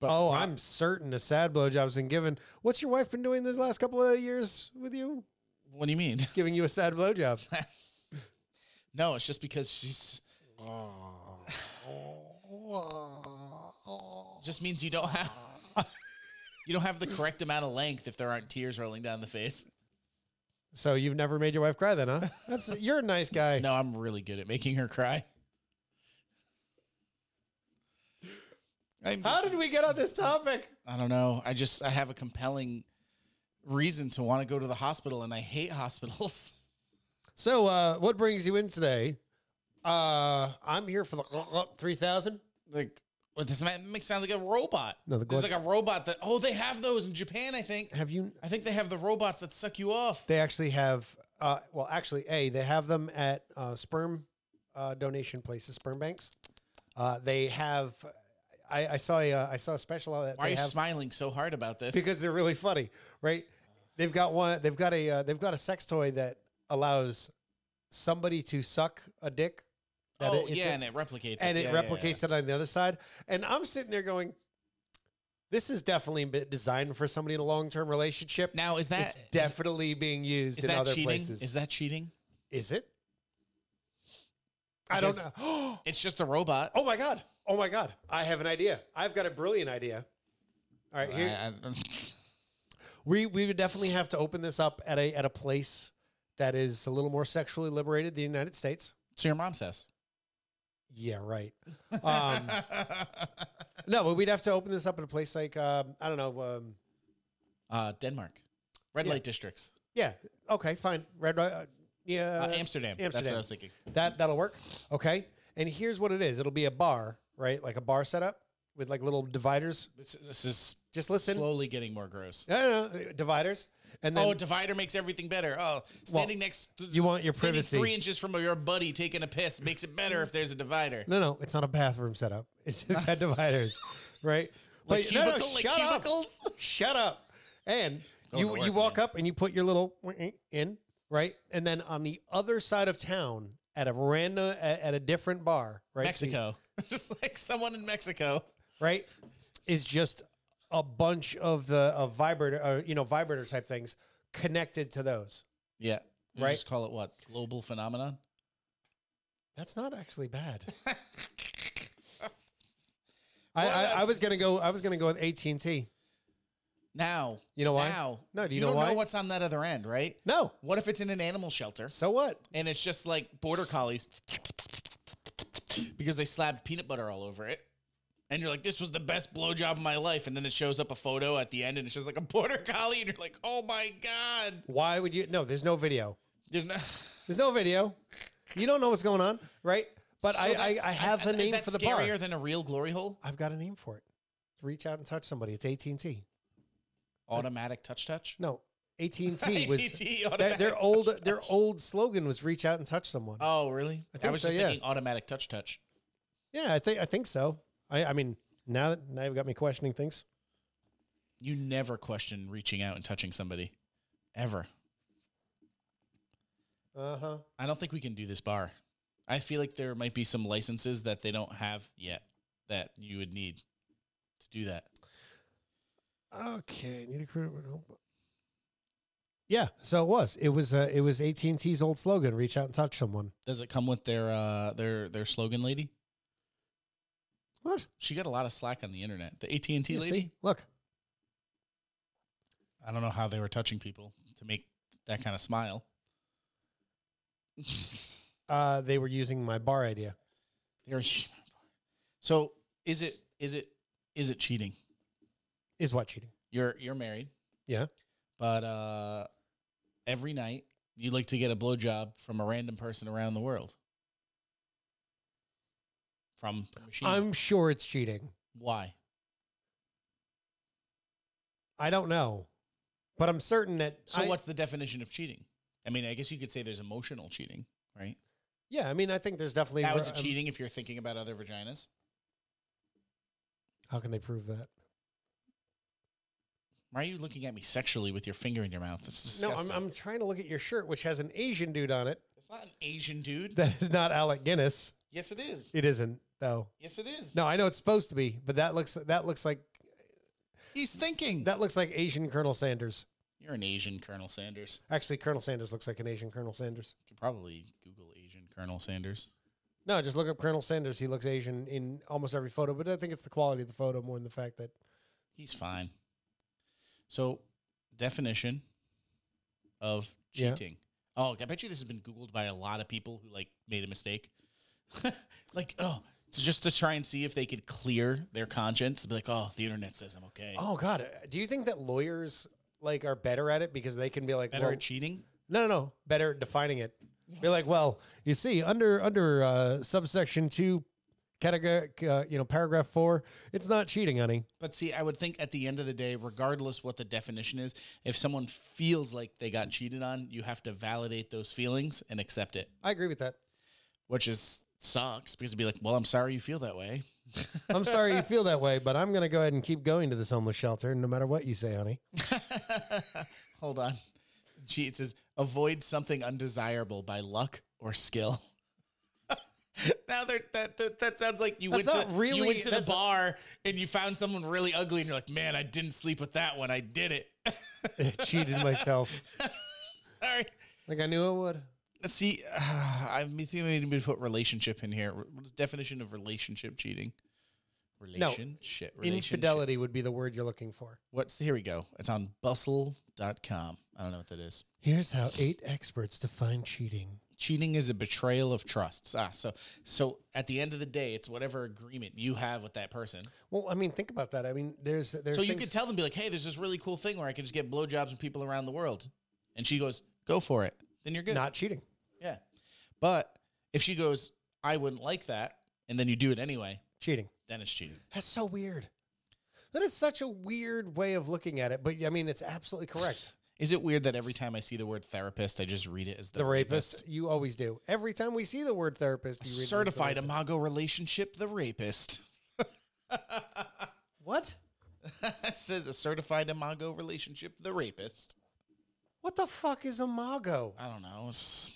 S2: But
S1: Oh, I'm certain a sad blowjob's been given. What's your wife been doing these last couple of years with you?
S2: What do you mean? [laughs]
S1: Giving you a sad blowjob.
S2: no, it's just because she's. just means you don't have. [laughs] you don't have the correct amount of length if there aren't tears rolling down the face.
S1: So you've never made your wife cry then, huh? That's you're a nice guy.
S2: No, I'm really good at making her cry. I'm,
S1: How did we get on this topic?
S2: I don't know. I just I have a compelling reason to want to go to the hospital, and I hate [laughs] hospitals.
S1: So uh what brings you in today? Uh I'm here for the three thousand.
S2: Like, what this man makes sounds like a robot.
S1: No, the
S2: There's
S1: glug-
S2: like a robot that. Oh, they have those in Japan. I think.
S1: Have you
S2: I think they have the robots that suck you off.
S1: they actually have uh, well actually a they have them at uh, sperm uh, donation places sperm banks uh, they have I, I saw a uh, I saw a special that
S2: Why are
S1: they
S2: you
S1: have
S2: smiling so hard about this?
S1: because they're really funny right they've got one they've got a uh, they've got a sex toy that allows somebody to suck a dick that
S2: oh
S1: it's
S2: yeah,
S1: a-
S2: and it replicates.
S1: and it
S2: Yeah, yeah, yeah.
S1: replicates it on the other side and I'm sitting there going this is definitely been designed for somebody in a long term relationship
S2: Now is
S1: it's
S2: that
S1: definitely being used
S2: is, is
S1: in
S2: that
S1: other
S2: cheating?
S1: places
S2: Is that cheating?
S1: Is it? I don't
S2: Because-
S1: know. [gasps]
S2: It's just a robot.
S1: Oh my god. Oh my god. I have an idea. I've got a brilliant idea. All right, here
S2: I- I-
S1: we we would definitely have to open this up at a at a place that is a little more sexually liberated, the United States.
S2: to your mom's house.
S1: Yeah, right. Um, no, but we'd have to open this up at a place like um, I don't know. Um,
S2: [laughs] uh, Denmark, red
S1: Yeah.
S2: light districts.
S1: yeah, okay, fine. Red, uh, yeah,
S2: Uh, Amsterdam. That's what
S1: Amsterdam.
S2: I was thinking.
S1: That that'll work. Okay. And here's what it is. It'll be a bar, right? Like a bar setup with like little dividers.
S2: This, this is
S1: Just listen.
S2: slowly getting more gross.
S1: No, no, no, dividers. And then
S2: oh, a divider makes everything better. Oh, standing next, to,
S1: you want your
S2: standing
S1: privacy.
S2: Three inches from your buddy taking a piss makes it better if there's a divider.
S1: no, no, it's not a bathroom setup. It's
S2: [laughs]
S1: just had dividers, right?
S2: Like
S1: no, no,
S2: cubicle, like
S1: shut up.
S2: cubicles.
S1: Shut up. And
S2: Going
S1: you
S2: to
S1: you
S2: work,
S1: walk
S2: man.
S1: up and you put your little in, right? And then on the other side of town at a random at, at a different bar, right? So you-
S2: Mexico. [laughs] just like someone in Mexico.
S1: right? Is just a bunch of the of vibrator, uh, you know, vibrator type things connected to those.
S2: Yeah.
S1: Right.
S2: Right. Just call it what? Global phenomenon.
S1: That's not actually
S2: [laughs]
S1: bad. I,
S2: Well,
S1: I,
S2: that's-
S1: I was gonna go. I was gonna go with AT and T.
S2: [laughs] now.
S1: You know why?
S2: Now.
S1: No, do you
S2: you
S1: know
S2: don't
S1: why?
S2: know what's on that other end, right?
S1: No.
S2: What if it's in an animal shelter
S1: So what?
S2: and it's just like border collies because they slapped peanut butter all over it? And you're like, this was the best blowjob of my life. And then it shows up a photo at the end and it's just like a border [laughs] collie. And you're like, oh my God.
S1: Why would you? No, there's no video.
S2: There's no.
S1: There's no video. You don't know what's going on, right? [laughs] But
S2: So
S1: I, I,
S2: that's-
S1: I have the
S2: is
S1: name
S2: that
S1: for the bar.
S2: scarier than a real glory hole?
S1: I've got a name for it. Reach out and touch somebody. It's AT and T.
S2: Automatic
S1: [laughs]
S2: touch touch?
S1: No, AT and
S2: [laughs]
S1: T was
S2: ATT,
S1: their,
S2: automatic
S1: their old
S2: [laughs] touch
S1: their
S2: touch.
S1: old slogan was reach out and touch someone.
S2: Oh, really? I,
S1: think
S2: was
S1: so,
S2: just
S1: yeah.
S2: thinking automatic touch touch.
S1: Yeah, I think I think so. I, I mean, now that now you've got me questioning things.
S2: You never question reaching out and touching somebody, ever.
S1: Uh huh.
S2: I don't think we can do this bar. I feel like there might be some licenses that they don't have yet that you would need to do that.
S1: Okay, need a credit. card. Yeah, so it was. It was. Uh, it was AT and T's old slogan: "Reach out and touch someone."
S2: Does it come with their uh, their their slogan lady?
S1: What
S2: She got a lot of slack on the internet. The AT and T
S1: You
S2: lady.
S1: see? Look,
S2: I don't know how they were touching people to make that kind of smile.
S1: uh, they were using my bar idea.
S2: They're- so is it is it is it cheating?
S1: Is what cheating?
S2: You're you're married.
S1: Yeah.
S2: But uh every night you like to get a blowjob from a random person around the world. From a machine.
S1: I'm sure it's cheating.
S2: Why?
S1: I don't know, but I'm certain that.
S2: So
S1: I-
S2: what's the definition of cheating? I mean, I guess you could say there's emotional cheating, right?
S1: Yeah, I mean, I think there's definitely.
S2: How is it
S1: um,
S2: cheating if you're thinking about other vaginas?
S1: How can they prove that?
S2: Why are you looking at me sexually with your finger in your mouth? It's disgusting.
S1: No, I'm, I'm trying to look at your shirt, which has an Asian dude on it.
S2: it's not an Asian dude.
S1: [laughs] That is not Alec Guinness.
S2: yes, it is.
S1: It isn't though.
S2: Yes, it is.
S1: No, I know it's supposed to be, but that looks that looks like
S2: He's thinking.
S1: that looks like Asian Colonel Sanders.
S2: You're an Asian Colonel Sanders.
S1: Actually, Colonel Sanders looks like an Asian Colonel Sanders.
S2: You could probably Google Asian Colonel Sanders.
S1: No, just look up Colonel Sanders. He looks Asian in almost every photo, but I think it's the quality of the photo more than the fact that
S2: He's fine. So, definition of
S1: Yeah.
S2: cheating. Oh, I bet you this has been Googled by a lot of people who like made a mistake. [laughs] like, oh, to just to try and see if they could clear their conscience. Be like, oh, the internet says I'm okay.
S1: Oh God, do you think that lawyers like are better at it because they can be like
S2: Better
S1: well-
S2: at cheating.
S1: No, no, no. Better at defining it. You're like, well, you see, under under uh, subsection two, category, uh, you know, paragraph four, it's not cheating, honey.
S2: But see, I would think at the end of the day, regardless what the definition is, if someone feels like they got cheated on, you have to validate those feelings and accept it.
S1: I agree with that.
S2: which is sucks because it'd be like, well, I'm sorry you feel that way.
S1: I'm sorry you feel that way, but I'm gonna go ahead and keep going to this homeless shelter, no matter what you say, honey. [laughs]
S2: Hold on. Gee, it says avoid something undesirable by luck or skill. [laughs] now they're, that, that that sounds like you
S1: That's
S2: went to
S1: not really-
S2: you went to the
S1: that's-
S2: bar and you found someone really ugly and you're like, man, I didn't sleep with that one. I did it. [laughs]
S1: Cheated myself,
S2: Sorry.
S1: like I knew I would.
S2: See, [sighs] uh, I think we need to put relationship in here. What's the definition of relationship cheating? Relationship. relationship.
S1: Infidelity would be the word you're looking for.
S2: What's here we go. It's on bustle.com. I don't know what that is.
S1: Here's how eight experts define cheating.
S2: Cheating is a betrayal of trust. Ah, so so at the end of the day, it's whatever agreement you have with that person.
S1: Well, I mean, think about that. I mean, there's there's
S2: so you
S1: things-
S2: could tell them, be like, hey, there's this really cool thing where I can just get blowjobs from people around the world. And she goes, go for it. Then you're good.
S1: not cheating.
S2: yeah. But if she goes, I wouldn't like that, and then you do it anyway,
S1: Cheating.
S2: then it's cheating.
S1: That's so weird. That is such a weird way of looking at it, but I mean, it's
S2: [laughs]
S1: absolutely correct.
S2: Is it weird that every time I see the word therapist, I just read it as the,
S1: The rapist, you always do. Every time we see the word therapist, you read it as the
S2: Certified
S1: rapist.
S2: Imago relationship, the rapist. [laughs]
S1: What?
S2: that says a certified imago relationship, the rapist.
S1: What the fuck is Imago?
S2: I don't know. It's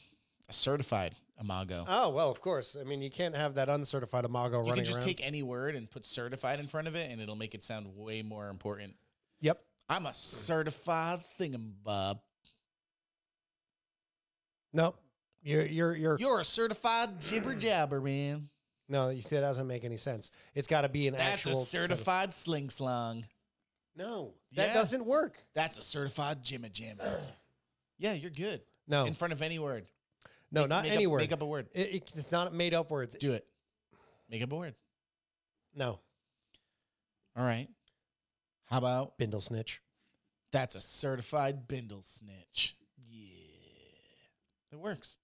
S2: a certified imago.
S1: Oh well, of course. I mean, you can't have that uncertified Imago
S2: you
S1: running
S2: can just
S1: around.
S2: take any word and put certified in front of it, and it'll make it sound way more important.
S1: yep.
S2: I'm a certified thingamabob.
S1: No, you're you're you're.
S2: You're a certified jibber jabber, man.
S1: no, you see, that doesn't make any sense. It's got to be an
S2: That's
S1: actual
S2: a certified sling slong.
S1: No, that
S2: Yeah.
S1: doesn't work.
S2: That's a certified jimma jamma. yeah, you're good.
S1: No,
S2: In front of any word.
S1: Oh. no,
S2: Make-
S1: not
S2: make
S1: any
S2: up,
S1: word.
S2: Make up a word.
S1: It- it- it's not made up words.
S2: Do it. Make up a word.
S1: No,
S2: All right. How about
S1: bindle snitch.
S2: that's a certified bindle snitch? Yeah. It works.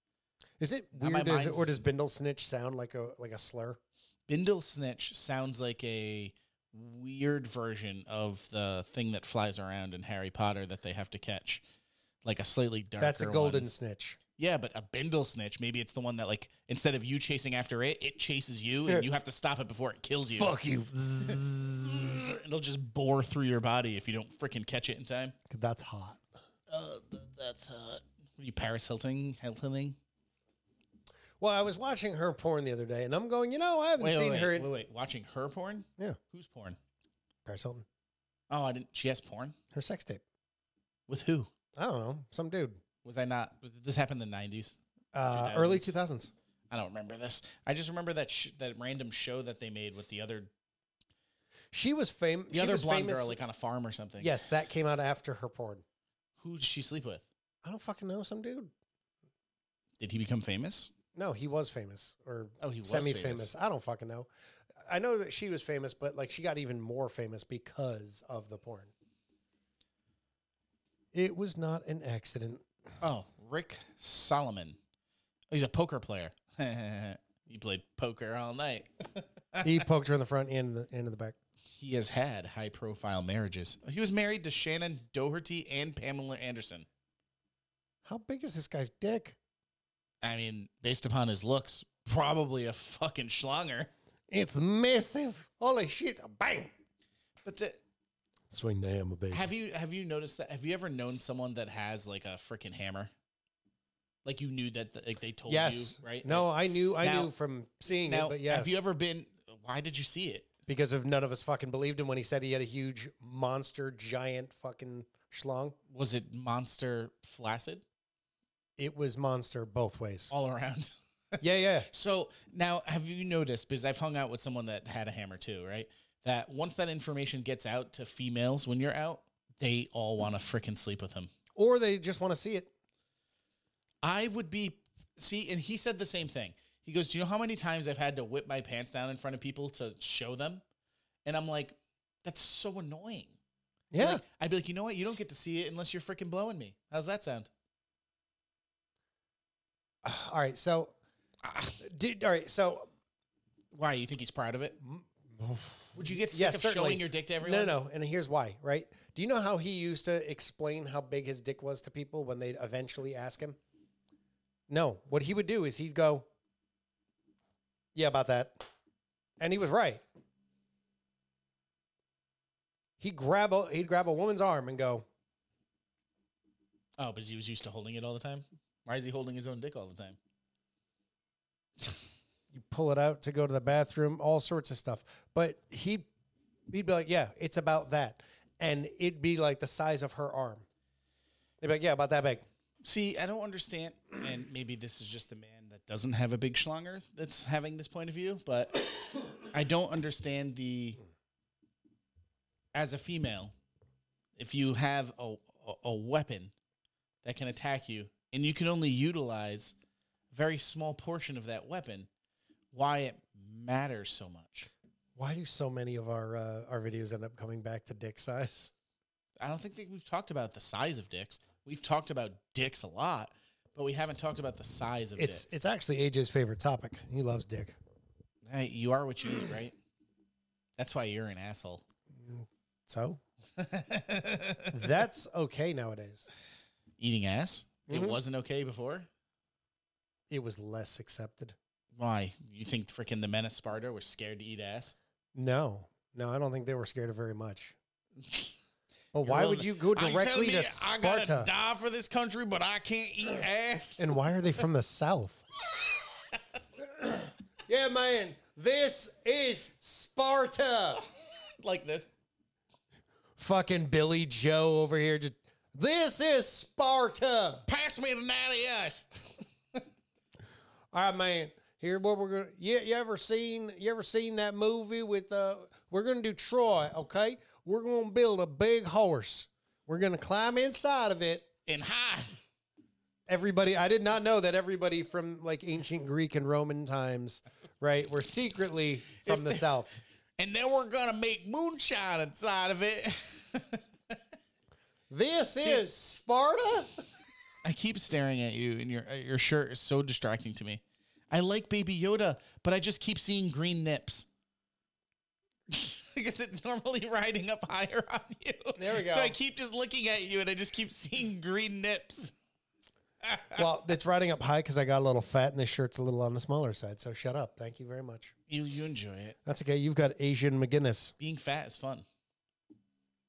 S1: Is it
S2: Now my
S1: weird? Is it,
S2: mind's-
S1: or does bindle snitch sound like a like a slur?
S2: Bindle snitch sounds like a weird version of the thing that flies around in Harry Potter that they have to catch. Like a slightly darker
S1: That's a golden
S2: one.
S1: snitch.
S2: Yeah, but a bindle snitch, maybe it's the one that like instead of you chasing after it, it chases you and you have to stop it before it kills you.
S1: [laughs] you.
S2: [laughs] It'll just bore through your body if you don't freaking catch it in time.
S1: That's hot.
S2: Uh, that's hot. What are you Paris Hilton? Hiltoning?
S1: Well, I was watching her porn the other day, and I'm going, you know, I haven't
S2: Wait, wait,
S1: seen
S2: wait,
S1: her
S2: wait,
S1: in
S2: wait, Watching her porn?
S1: Yeah.
S2: Who's porn?
S1: Paris Hilton.
S2: Oh, I didn't. She has porn
S1: Her sex tape.
S2: with who?
S1: I don't know, some dude.
S2: Was I not? This happened in the nineties.
S1: Uh, early
S2: 2000s.
S1: 2000s.
S2: I don't remember this. I just remember that sh- that random show that they made with the other
S1: She was famous.
S2: the other blonde girl, like on a farm or something.
S1: yes, that came out after her porn.
S2: Who did she sleep with?
S1: I don't fucking know, some dude.
S2: Did he become famous?
S1: No, he was famous or
S2: Oh, he was
S1: semi
S2: famous.
S1: famous. I don't fucking know. I know that she was famous, but like she got even more famous because of the porn. It was not an accident.
S2: Oh, Rick Solomon. Oh, He's a poker player. [laughs] he played poker all night.
S1: [laughs] He poked her in the front and the and in the back.
S2: [laughs] he has had high profile marriages. He was married to Shannon Doherty and Pamela Anderson.
S1: How big is this guy's dick?
S2: I mean, based upon his looks, probably a fucking schlonger.
S1: It's massive. Holy shit. Bang.
S2: But to,
S1: Swing the hammer, baby.
S2: have you have you noticed that? Have you ever known someone that has like a freaking hammer? Like you knew that like they told
S1: yes.
S2: you, right?
S1: No,
S2: Like,
S1: I knew I
S2: Now-
S1: knew from seeing
S2: now
S1: it, but yes.
S2: have you ever been? Why did you see it?
S1: because of none of us fucking believed him when he said he had a huge monster giant fucking schlong.
S2: Was it monster flaccid
S1: It was monster both ways.
S2: all around? [laughs]
S1: Yeah, yeah.
S2: So now, have you noticed? Because I've hung out with someone that had a hammer too, right? That once that information gets out to females, when you're out, they all want to freaking sleep with him.
S1: Or they just want to see it.
S2: I would be see, and he said the same thing. He goes, "Do you know how many times I've had to whip my pants down in front of people to show them?" And I'm like, "That's so annoying."
S1: Yeah.
S2: Like, I'd be like, "You know what? You don't get to see it unless you're freaking blowing me." How's that sound?
S1: all right. So, did, all right. So,
S2: Why you think he's proud of it? Would you get sick
S1: Yeah,
S2: of
S1: certainly.
S2: showing your dick to everyone?
S1: no, no. And here's why, right? Do you know how he used to explain how big his dick was to people when they'd eventually ask him? No. What he would do is he'd go, Yeah, about that. And he was right. He'd grab a he'd grab a woman's arm and go,
S2: Oh, because he was used to holding it all the time. Why is he holding his own dick all the time?
S1: you pull it out to go to the bathroom, all sorts of stuff. But he he'd be like, yeah, it's about that, and it'd be like the size of her arm. They'd be like, yeah, about that big.
S2: See, I don't understand, and maybe this is just the man that doesn't have a big schlonger that's having this point of view, but [coughs] I don't understand the. As a female, if you have a, a, a weapon that can attack you, and you can only utilize a very small portion of that weapon, why it matters so much.
S1: Why do so many of our uh, our videos end up coming back to dick size?
S2: I don't think that we've talked about the size of dicks. We've talked about dicks a lot, but we haven't talked about the size of
S1: It's
S2: dicks.
S1: it's actually AJ's favorite topic. He loves dick.
S2: Hey, you are what you eat, right? That's why you're
S1: [laughs]
S2: an asshole.
S1: So
S2: [laughs]
S1: that's okay nowadays.
S2: Eating ass? It
S1: Mhm.
S2: wasn't okay before.
S1: It was less accepted.
S2: Why? You think freaking the men of Sparta were scared to eat ass? [laughs]
S1: No, no, I don't think they were scared of very much. Well, why would you go
S2: Are you telling
S1: directly
S2: me
S1: to
S2: I gotta
S1: Sparta?
S2: die for this country, but I can't eat
S1: [laughs]
S2: ass. [laughs]
S1: And why are they from the south? [laughs] yeah, man. This is Sparta.
S2: like this.
S1: Fucking Billy Joe over here. Just, this is Sparta.
S2: Pass me the natty ice.
S1: All right, man. Here, what we're gonna you, you ever seen you ever seen that movie with uh we're gonna do Troy, okay? We're gonna build a big horse. We're gonna climb inside of it.
S2: and hide.
S1: Everybody, I did not know that everybody from like ancient Greek and Roman times, right, were secretly from the south.
S2: And then we're gonna make moonshine inside of it. [laughs]
S1: This is
S2: [laughs]
S1: Sparta.
S2: I keep staring at you, and your uh, your shirt is so distracting to me. I like Baby Yoda, but I just keep seeing green nips. [laughs] Because it's normally [laughs] riding up higher on you.
S1: There we
S2: So
S1: go.
S2: I keep just looking at you, and I just keep seeing green nips.
S1: Well, it's riding up high because I got a little fat and this shirt's a little on the smaller side. So shut up. Thank you very much.
S2: You you enjoy it.
S1: That's okay. You've got Asian McGinnis.
S2: Being fat is fun.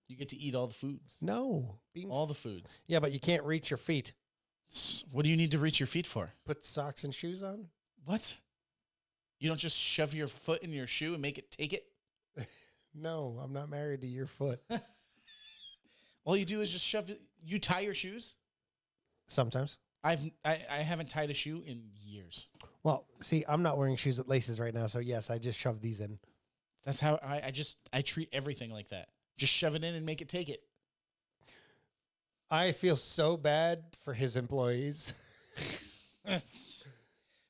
S2: You get to eat all the foods,
S1: No. Being
S2: all the foods.
S1: yeah, but you can't reach your feet.
S2: What do you need to reach your feet for?
S1: Put socks and shoes on.
S2: What? You don't just shove your foot in your shoe and make it take it.
S1: No, I'm not married to your
S2: [laughs]
S1: foot.
S2: All you do is just shove. It. You tie your shoes.
S1: Sometimes.
S2: I've I, I haven't tied a shoe in years.
S1: Well, see, I'm not wearing shoes with laces right now, so yes, I just shoved these in.
S2: That's how I, I just I treat everything like that. Just shove it in and make
S1: [laughs]
S2: it take it.
S1: I feel so bad for his employees. [laughs] oh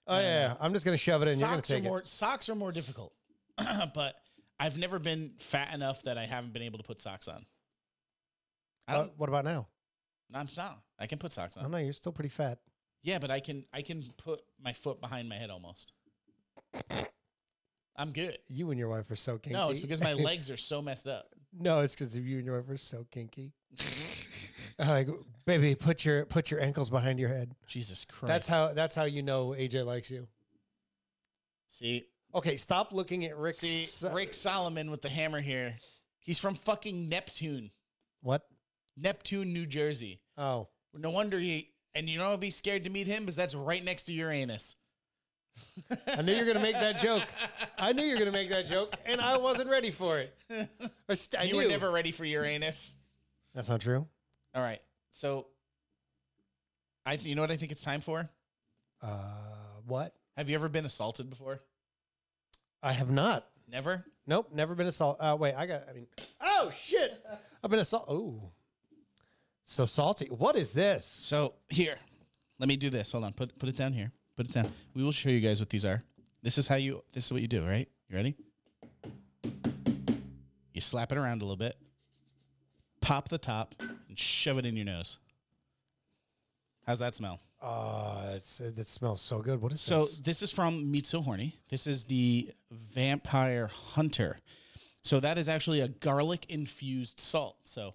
S2: No, no,
S1: yeah, I'm just gonna shove it in. You're gonna
S2: socks are
S1: take
S2: more
S1: it.
S2: socks are more difficult, [clears throat] but I've never been fat enough that I haven't been able to put socks on. I
S1: Uh,
S2: don't.
S1: what about now?
S2: I'm not. I can put socks
S1: Oh
S2: on.
S1: no, you're still pretty fat.
S2: Yeah, but I can I can put my foot behind my head almost. I'm good.
S1: You and your wife are so kinky.
S2: No,
S1: [laughs]
S2: it's because my legs are so messed up.
S1: no, it's because you and your wife are so kinky. [laughs] I'm like, baby, put your put your ankles behind your head.
S2: Jesus Christ.
S1: That's how that's how you know AJ likes you.
S2: See,
S1: Okay, stop looking at Rick.
S2: see,
S1: So-
S2: Rick Solomon with the hammer here. He's from fucking Neptune,
S1: What?
S2: Neptune, New Jersey.
S1: Oh,
S2: No wonder he. And you know, I'd be scared to meet him because that's right next to Uranus.
S1: I knew you were gonna make that
S2: [laughs]
S1: joke. I knew you were gonna make that joke, and I wasn't ready for it. I, st- I
S2: you
S1: knew.
S2: were never ready for Uranus.
S1: That's not true.
S2: All right, so I. Th- you know what I think it's time for?
S1: Uh, what?
S2: Have you ever been assaulted before?
S1: I have not.
S2: Never.
S1: Nope, never been assaulted. Uh, wait, I got. I mean, oh shit, I've been assaulted. Oh, so salty. What is this?
S2: So here, let me do this. Hold on. Put put it down here. Put it down. We will show you guys what these are. This is how you. This is what you do. Right? You ready? You slap it around a little bit. Pop the top and shove it in your nose. How's that smell?
S1: Uh, it's, it smells so good. What is
S2: So
S1: this?
S2: this is from Meat So Horny. This is the Vampire Hunter. So that is actually a garlic infused salt. So,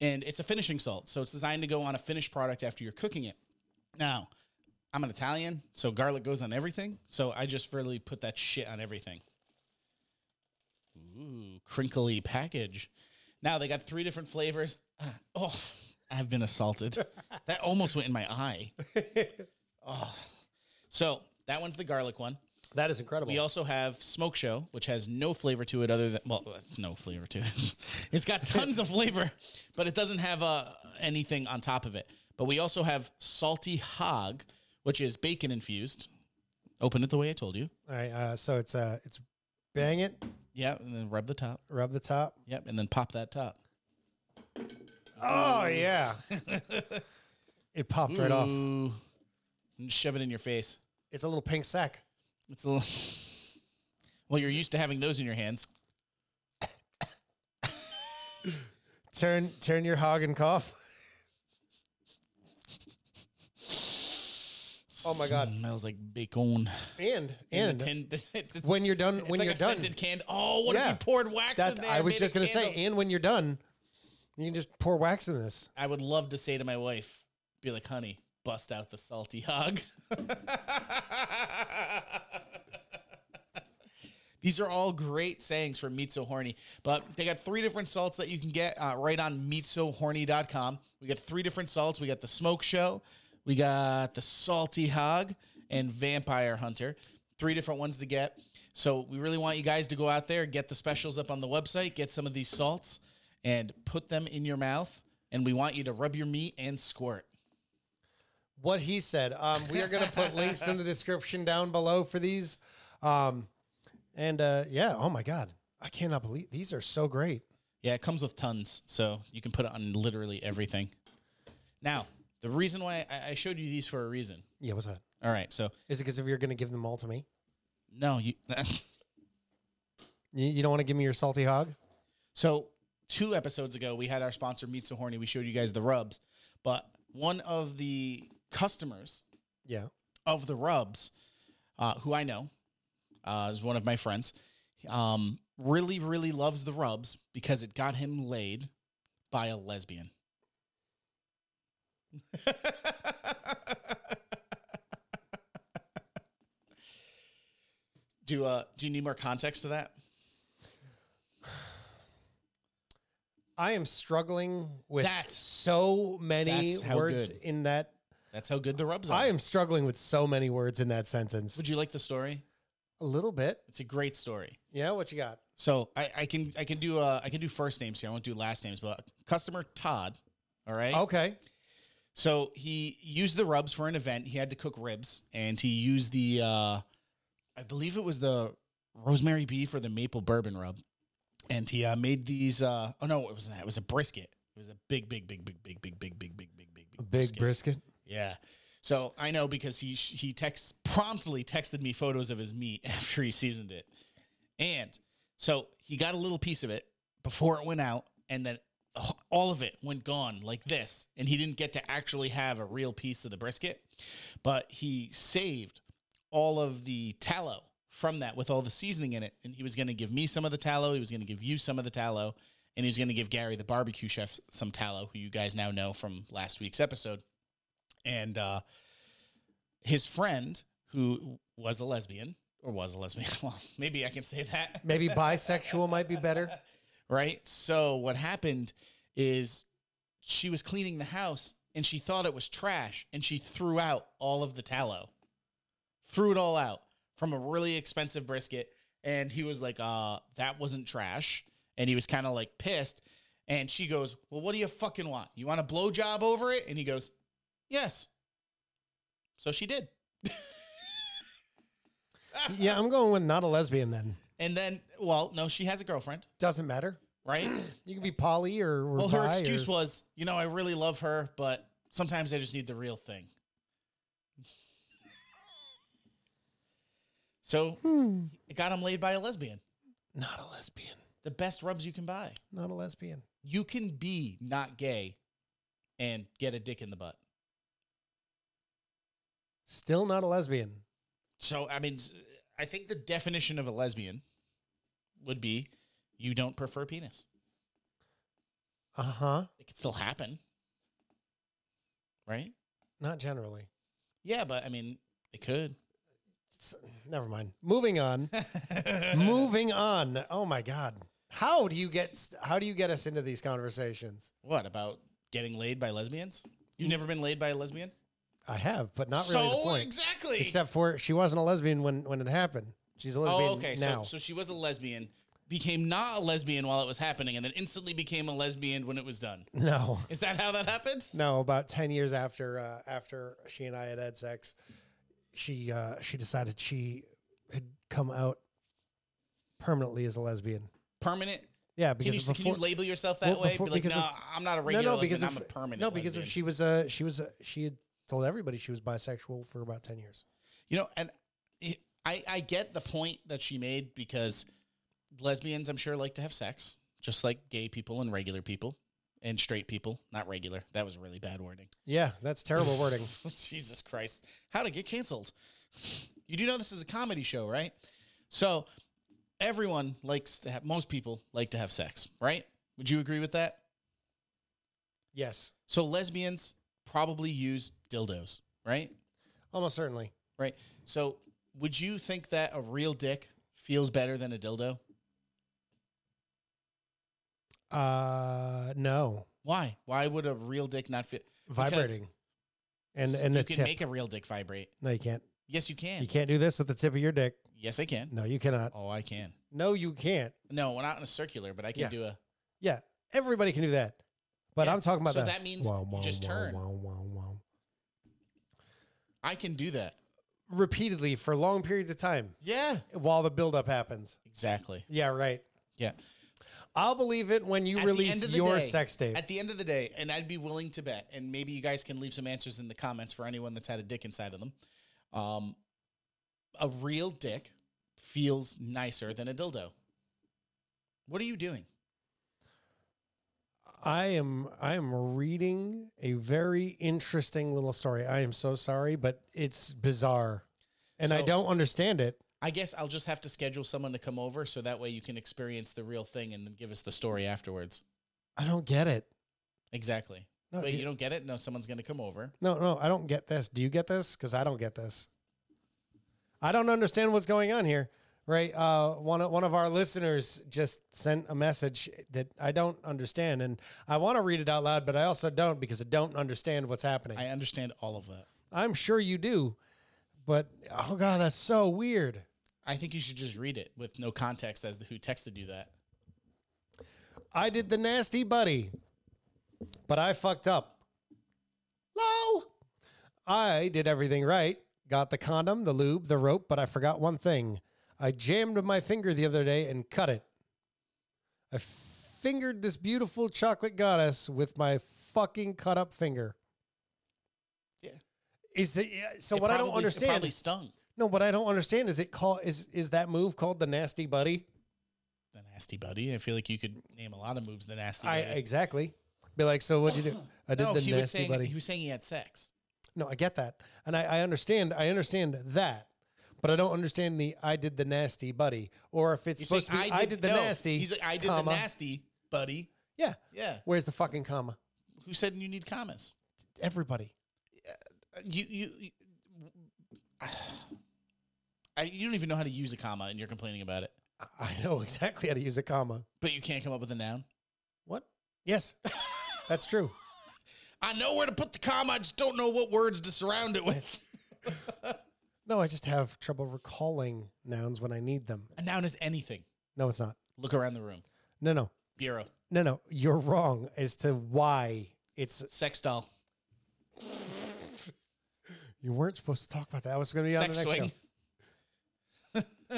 S2: and it's a finishing salt. So it's designed to go on a finished product after you're cooking it. Now, I'm an Italian, so garlic goes on everything. So I just really put that shit on everything. Ooh, crinkly package. Now they got three different flavors. Ah, oh, I've been assaulted. that almost went in my eye. Oh. So that one's the garlic one.
S1: That is incredible.
S2: We also have Smoke Show, which has no flavor to it other than well, it's no flavor to it. [laughs] it's got tons of flavor, but it doesn't have uh, anything on top of it. But we also have Salty Hog, which is bacon infused. Open it the way I told you.
S1: All right. Uh, so it's uh, it's bang it,
S2: Yeah, and then rub the top.
S1: rub the top.
S2: Yep, and then pop that top.
S1: Oh yeah, [laughs] it popped right off.
S2: Ooh. And shove it in your face.
S1: It's a little pink sack.
S2: It's a little. [laughs] Well, you're used to having those in your hands.
S1: Turn turn your hog and cough. [laughs] Oh my God.
S2: Smells like bacon.
S1: And
S2: And,
S1: and
S2: the tin, [laughs] it's, it's-
S1: when you're done,
S2: It's
S1: when
S2: like
S1: you're
S2: a
S1: done,
S2: scented candle. Oh, what if
S1: Yeah.
S2: you poured wax in
S1: that
S2: there?
S1: I
S2: and
S1: was
S2: made
S1: just
S2: a
S1: gonna say,
S2: candle?
S1: and when you're done, you can just pour wax in this.
S2: I would love to say to my wife, be like, honey, bust out the [laughs] salty hog. These are all great sayings from Meat So Horny. But they got three different salts that you can get uh, right on meatsohorny.com. We got three different salts. We got the Smoke Show, we got the Salty Hog, and Vampire Hunter. Three different ones to get. So we really want you guys to go out there, get the specials up on the website, get some of these salts, and put them in your mouth. And we want you to rub your meat and squirt.
S1: what he said. Um, we are going to put links in the description down below for these. Um, and uh, yeah, oh my God, I cannot believe these are so great.
S2: Yeah, it comes with tons, so you can put it on literally everything. Now, the reason why I, I showed you these for a reason.
S1: Yeah, what's that?
S2: All right, so
S1: Is it because if you're going to give them all to me,
S2: no, you. [laughs]
S1: you, you don't want to give me your salty hog?
S2: so two episodes ago, we had our sponsor Meat So Horny. We showed you guys the rubs, but one of the customers
S1: Yeah.
S2: of the Rubs, uh, who I know, uh, is one of my friends, um, really, really loves the Rubs because it got him laid by a lesbian. [laughs] do uh, do you need more context to that?
S1: I am struggling with
S2: That's-
S1: so many
S2: that's how
S1: words
S2: good.
S1: in that.
S2: That's how good the Rubs are.
S1: I am struggling with so many words in that sentence.
S2: Would you like the story?
S1: A little bit.
S2: It's a great story.
S1: Yeah, what you got?
S2: So I, I can I can do uh, I can do first names here. I won't do last names, but customer Todd. All right.
S1: Okay.
S2: So he used the rubs for an event. He had to cook ribs, and he used the, uh, I believe it was the rosemary beef or the maple bourbon rub, and he uh, made these. Uh, oh no, it was that. It was a brisket. It was a big, big, big, big, big, big, big, big, big, big, big, big,
S1: Big brisket.
S2: Yeah. So I know because he sh- he texts promptly texted me photos of his meat [laughs] after he seasoned it, and so he got a little piece of it before it went out, and then all of it went gone like this, and he didn't get to actually have a real piece of the brisket, but he saved all of the tallow from that with all the seasoning in it, and he was going to give me some of the tallow, he was going to give you some of the tallow, and he was going to give Gary the barbecue chef s- some tallow, who you guys now know from last week's episode and uh, his friend who was a lesbian or was a lesbian [laughs] well maybe i can say that
S1: Maybe bisexual might be [laughs] better.
S2: right so what happened is she was cleaning the house and she thought it was trash and she threw out all of the tallow threw it all out from a really expensive brisket and he was like uh that wasn't trash and he was kind of like pissed and she goes well what do you fucking want you want a blow job over it and he goes yes so she did
S1: Yeah, I'm going with not a lesbian then.
S2: and then well no she has a girlfriend
S1: Doesn't matter.
S2: right
S1: You can be poly or, or
S2: Well, her
S1: bi
S2: excuse
S1: or-
S2: was, you know, I really love her, but sometimes I just need the real thing. [laughs] so it got him laid by a lesbian.
S1: Hmm. not a lesbian.
S2: The best rubs you can buy.
S1: Not a lesbian.
S2: You can be not gay and get a dick in the butt.
S1: Still not a lesbian.
S2: So, I mean, s- I think the definition of a lesbian would be you don't prefer penis.
S1: Uh huh.
S2: It could still happen. Right?
S1: Not generally.
S2: Yeah, but I mean, it could. [laughs]
S1: It's- never mind. Moving on. Moving on. Oh my God. How do you get? st- How do you get us into these conversations?
S2: What about getting laid by lesbians? You've never been laid by a lesbian?
S1: I have, but Mm. not really the
S2: so
S1: point.
S2: exactly.
S1: Except for she wasn't a lesbian when when it happened. She's a lesbian
S2: oh, okay.
S1: now.
S2: So, so she was a lesbian, became not a lesbian while it was happening, and then instantly became a lesbian when it was done.
S1: [laughs] no,
S2: Is that how that happened?
S1: no. About ten years after uh, after she and I had had sex, she uh, she decided she had come out permanently as a lesbian.
S2: Permanent?
S1: Yeah,
S2: Can
S1: because
S2: you,
S1: before,
S2: can you label yourself that
S1: well,
S2: way?
S1: before-
S2: Be like, no,
S1: because if-
S2: I'm not a regular no,
S1: because
S2: lesbian. I'm
S1: if-
S2: a permanent.
S1: No, because if
S2: lesbian."
S1: she was a she was a she had told everybody she was bisexual for about ten years.
S2: You know, and it, I, I get the point that she made because lesbians, I'm sure, like to have sex, just like gay people and regular people and straight people. Not regular. That was really bad wording.
S1: Yeah, that's
S2: [laughs]
S1: terrible wording.
S2: Jesus Christ. How to get canceled. You do know this is a comedy show, right? So everyone likes to have, most people like to have sex, right? Would you agree with that?
S1: [sighs] Yes,
S2: So lesbians probably use dildos, right?
S1: almost certainly.
S2: Right. So would you think that a real dick feels better than a dildo?
S1: Uh, no,
S2: Why? Why would a real dick not feel?
S1: vibrating, and
S2: S-
S1: and
S2: you
S1: the
S2: can
S1: tip.
S2: make a real dick vibrate.
S1: no, you can't.
S2: Yes, you can.
S1: You Mm. can't do this with the tip of your dick.
S2: Yes, I can.
S1: No, you cannot.
S2: Oh, I can.
S1: No, you can't.
S2: No, we're not in a circular, but I can
S1: Yeah.
S2: do a.
S1: Yeah, everybody can do that, but
S2: Yeah,
S1: I'm talking about
S2: so
S1: the-
S2: that means you just turn.
S1: wow, wow, wow.
S2: I can do that.
S1: repeatedly for long periods of time
S2: Yeah.
S1: while the buildup happens.
S2: Exactly.
S1: Yeah, right.
S2: Yeah.
S1: I'll believe it when you
S2: At the end
S1: release
S2: of the
S1: your
S2: day-
S1: sex tape.
S2: At the end of the day, and I'd be willing to bet, and maybe you guys can leave some answers in the comments for anyone that's had a dick inside of them. Um, a real dick feels nicer than a dildo. What are you doing?
S1: I am I am reading a very interesting little story. I am so sorry, but it's bizarre. And I
S2: So-
S1: don't understand it.
S2: I guess I'll just have to schedule someone to come over so that way you can experience the real thing and then give us the story afterwards.
S1: I don't get it.
S2: Exactly.
S1: No,
S2: Wait,
S1: do-
S2: you don't get it? No, someone's going to come over.
S1: no, no, I don't get this. Do you get this? Because I don't get this. I don't understand what's going on here. Right? Uh, one of, one of our listeners just sent a message that I don't understand, and I want to read it out loud, but I also don't because I don't understand what's happening.
S2: I understand all of that.
S1: I'm sure you do, but oh god, that's so weird.
S2: I think you should just read it with no context as to who texted you that.
S1: I did the nasty buddy, but I fucked up. Lol. I did everything right. Got the condom, the lube, the rope, but I forgot one thing. I jammed my finger the other day and cut it. I fingered this beautiful chocolate goddess with my fucking cut up finger.
S2: Yeah.
S1: Is the yeah, so
S2: It
S1: what I don't
S2: probably- it
S1: understand?
S2: probably stung.
S1: no, what I don't understand is it call is is that move called the nasty buddy?
S2: the nasty buddy. I feel like you could name a lot of moves the nasty
S1: I
S2: buddy.
S1: exactly be like, so what'd you
S2: [coughs]
S1: do? I did
S2: no,
S1: the
S2: he
S1: nasty
S2: was saying
S1: buddy.
S2: he was saying he had sex.
S1: No, I get that, and I, I understand. I understand that, but I don't understand the "I did the nasty buddy" or if it's
S2: He's
S1: supposed to
S2: saying,
S1: be "I did, the
S2: no,
S1: nasty."
S2: He's like, I did
S1: comma.
S2: the nasty buddy.
S1: Yeah,
S2: Yeah.
S1: where's the fucking comma?
S2: Who said you need commas?
S1: Everybody.
S2: Uh, You you. you
S1: [sighs]
S2: I, you don't even know how to use a comma, and you're complaining about it.
S1: I- I know [laughs] exactly how to use a comma.
S2: But you can't come up with a noun.
S1: What?
S2: [laughs]
S1: Yes, that's true.
S2: I know where to put the comma. I just don't know what words to surround it with.
S1: No, I just have trouble recalling nouns when I need them.
S2: a noun is anything.
S1: No, it's not.
S2: Look around the room.
S1: No, no,
S2: Bureau,
S1: no, no. You're wrong as to why it's.
S2: sex doll,
S1: You weren't supposed to talk about that. I was going to be on the
S2: sex
S1: next
S2: swing.
S1: show.
S2: [laughs]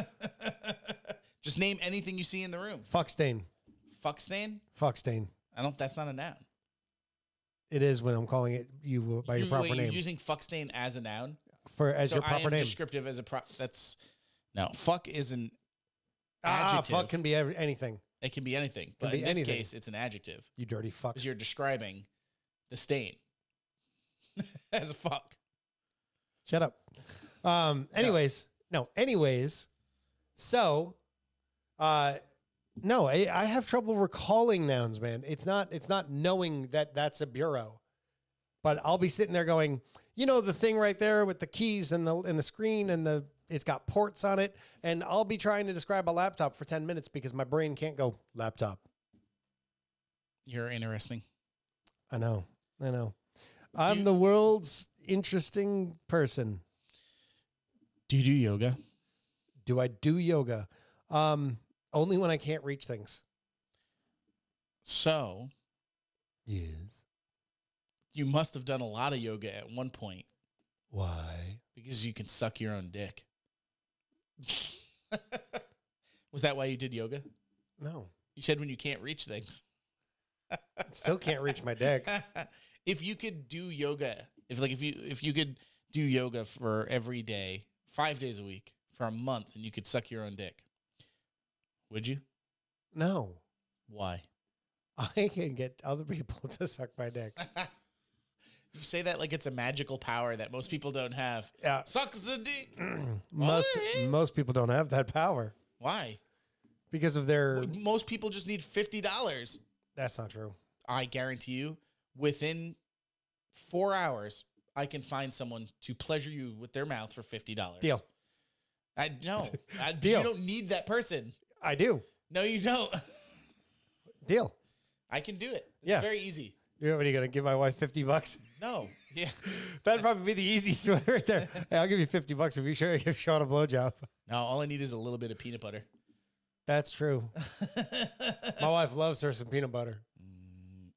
S2: just name anything you see in the room.
S1: Fuck stain.
S2: Fuck stain.
S1: Fuck stain.
S2: I don't. That's not a noun.
S1: It is when I'm calling it you by your
S2: You-
S1: proper
S2: wait,
S1: name
S2: You're using fuck stain as a noun.
S1: for as
S2: So
S1: your
S2: I
S1: proper
S2: am
S1: name.
S2: Descriptive as a prop. That's no. Fuck is an
S1: Ah,
S2: adjective.
S1: fuck can be every, anything.
S2: it can be anything, but
S1: be
S2: in this
S1: anything.
S2: case, it's an adjective
S1: You dirty fuck.
S2: because you're describing the stain [laughs] as a fuck.
S1: Shut up. Um. Anyways, no. Anyways, so, uh, no, I, I have trouble recalling nouns, man. It's not. It's not knowing that that's a bureau, but I'll be sitting there going, you know, the thing right there with the keys and the and the screen and the it's got ports on it, and I'll be trying to describe a laptop for ten minutes because my brain can't go laptop.
S2: You're interesting.
S1: I know. I know. I'm
S2: you-
S1: the world's interesting person.
S2: Do you do yoga?
S1: Do I do yoga? Um, only when I can't reach things.
S2: So
S1: Yes.
S2: you must have done a lot of yoga at one point
S1: Why?
S2: because you can suck your own dick. [laughs] Was that why you did yoga?
S1: No.
S2: You said when you can't reach things.
S1: Still can't reach my [laughs] dick.
S2: [laughs] if you could do yoga, if like if you if you could do yoga for every day, five days a week for a month, and you could suck your own dick, would you?
S1: No.
S2: Why?
S1: I can get other people [laughs] to suck my dick.
S2: [laughs] you say that like it's a magical power that most people don't have.
S1: Yeah. [clears throat]
S2: Sucks the dick.
S1: most
S2: Why?
S1: most people don't have that power
S2: Why?
S1: because of their
S2: Most people just need fifty dollars.
S1: That's not true.
S2: I guarantee you, within four hours, I can find someone to pleasure you with their mouth for fifty dollars.
S1: Deal.
S2: I
S1: [laughs]
S2: know. I,
S1: Deal.
S2: You don't need that person.
S1: I do.
S2: No, you don't. [laughs]
S1: Deal.
S2: I can do it. It's
S1: Yeah.
S2: Very easy.
S1: You know, what are you going to give my wife 50 bucks? [laughs]
S2: No. [laughs] Yeah.
S1: That'd probably be the easiest [laughs] one right there. Hey, I'll give you 50 bucks if you show, [laughs] give Sean a blowjob.
S2: No, all I need is a little bit of peanut butter.
S1: That's [laughs] true. My wife loves her some peanut butter.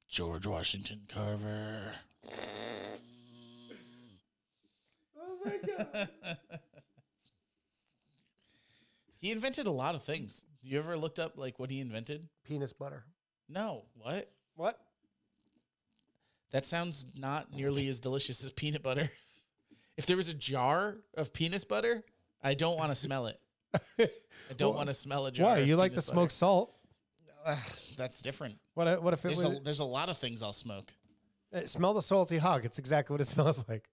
S2: George Washington Carver.
S1: Oh my God.
S2: He invented a lot of things. You ever looked up like what he invented?
S1: Penis butter.
S2: No. What? [laughs]
S1: What?
S2: That sounds not nearly as delicious as peanut butter. [laughs] If there was a jar of peanut butter, I don't want to smell it. I don't want to smell a jar.
S1: Why?
S2: of
S1: You like the
S2: peanut
S1: smoked salt?
S2: butter. Ugh, that's different.
S1: What, if- what if it
S2: There's
S1: was?
S2: a, there's a lot of things I'll smoke.
S1: uh, smell the salty hog. It's exactly what it [laughs] smells like.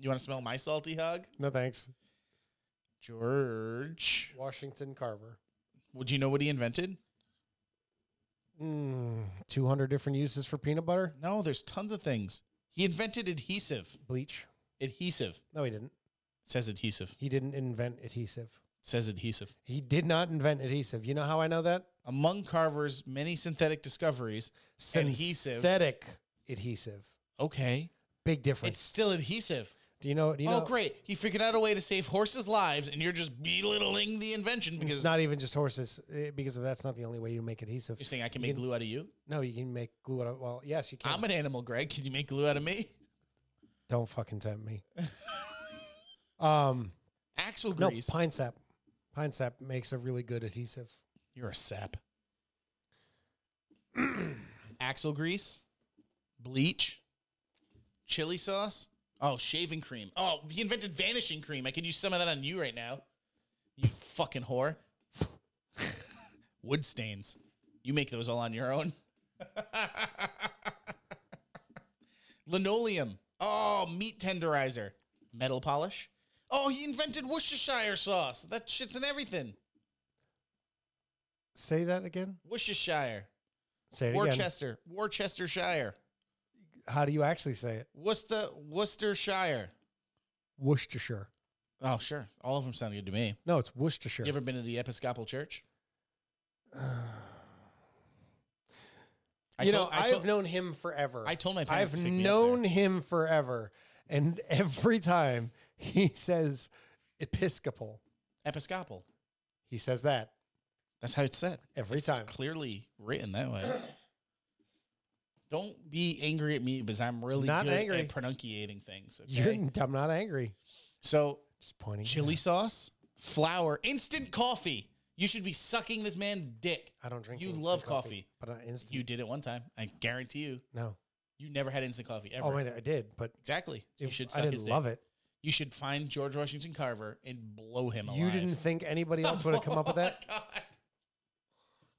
S2: You want to smell my salty hog?
S1: No thanks.
S2: George.
S1: Washington Carver.
S2: Well, do you know what he invented?
S1: Mm, 200 different uses for peanut butter.
S2: No, there's tons of things. He invented adhesive.
S1: Bleach.
S2: Adhesive.
S1: No, he didn't.
S2: It says adhesive.
S1: He didn't invent adhesive.
S2: It says adhesive.
S1: He did not invent adhesive. You know how I know that?
S2: Among Carver's many synthetic discoveries, Adhesive.
S1: Synthetic adhesive.
S2: okay,
S1: Big difference.
S2: it's still adhesive.
S1: do you know? Do you
S2: oh,
S1: know?
S2: great. He figured out a way to save horses' lives, and you're just belittling the invention because
S1: It's not even just horses, eh, because of that's not the only way you make adhesive.
S2: you're saying I can
S1: you
S2: make
S1: can-
S2: glue out of you?
S1: No, you can make glue out of. Well, yes, you can.
S2: I'm an animal, Greg. Can you make glue out of me?
S1: Don't fucking tempt
S2: [laughs]
S1: me. um,
S2: Axle
S1: no,
S2: grease.
S1: pine sap. Pine sap makes a really good adhesive.
S2: You're a sap. [clears throat] Axle grease, bleach, chili sauce. Oh, shaving cream. Oh, he invented vanishing cream. I could use some of that on you right now. You fucking whore. [laughs] Wood stains. You make those all on your own. [laughs] Linoleum. Oh, meat tenderizer. Metal polish. Oh, he invented Worcestershire sauce. That shit's in everything.
S1: Say that again.
S2: Worcestershire.
S1: Say it again.
S2: Worcester, Worcestershire,
S1: How do you actually say it?
S2: Worcester, Worcestershire.
S1: Worcestershire.
S2: Oh, sure. All of them sound good to me.
S1: No, it's Worcestershire.
S2: You ever been to the Episcopal Church?
S1: you
S2: told-
S1: know, I
S2: told-
S1: have known him forever.
S2: I told my parents.
S1: I've
S2: to pick me up there.
S1: known him forever, and every time he [laughs] says Episcopal,
S2: Episcopal.
S1: he says that
S2: That's how it's said.
S1: every
S2: It's
S1: time.
S2: clearly written that way.
S1: [coughs]
S2: Don't be angry at me because I'm really
S1: Not
S2: good
S1: angry.
S2: at pronunciating things.
S1: You
S2: Okay.
S1: didn't. I'm not angry.
S2: So
S1: Just pointing. it
S2: chili
S1: out.
S2: sauce, flour, instant coffee. You should be sucking this man's dick.
S1: I don't drink.
S2: You
S1: instant
S2: love coffee.
S1: but not instant.
S2: You did it one time. I guarantee you.
S1: no.
S2: You never had instant coffee ever.
S1: Oh wait, I did, but
S2: Exactly. You
S1: it-
S2: should suck
S1: I
S2: his
S1: didn't
S2: dick.
S1: love it.
S2: You should find George Washington Carver and blow him alive.
S1: You
S2: [laughs]
S1: didn't think anybody else would have come up with that?
S2: Oh my God.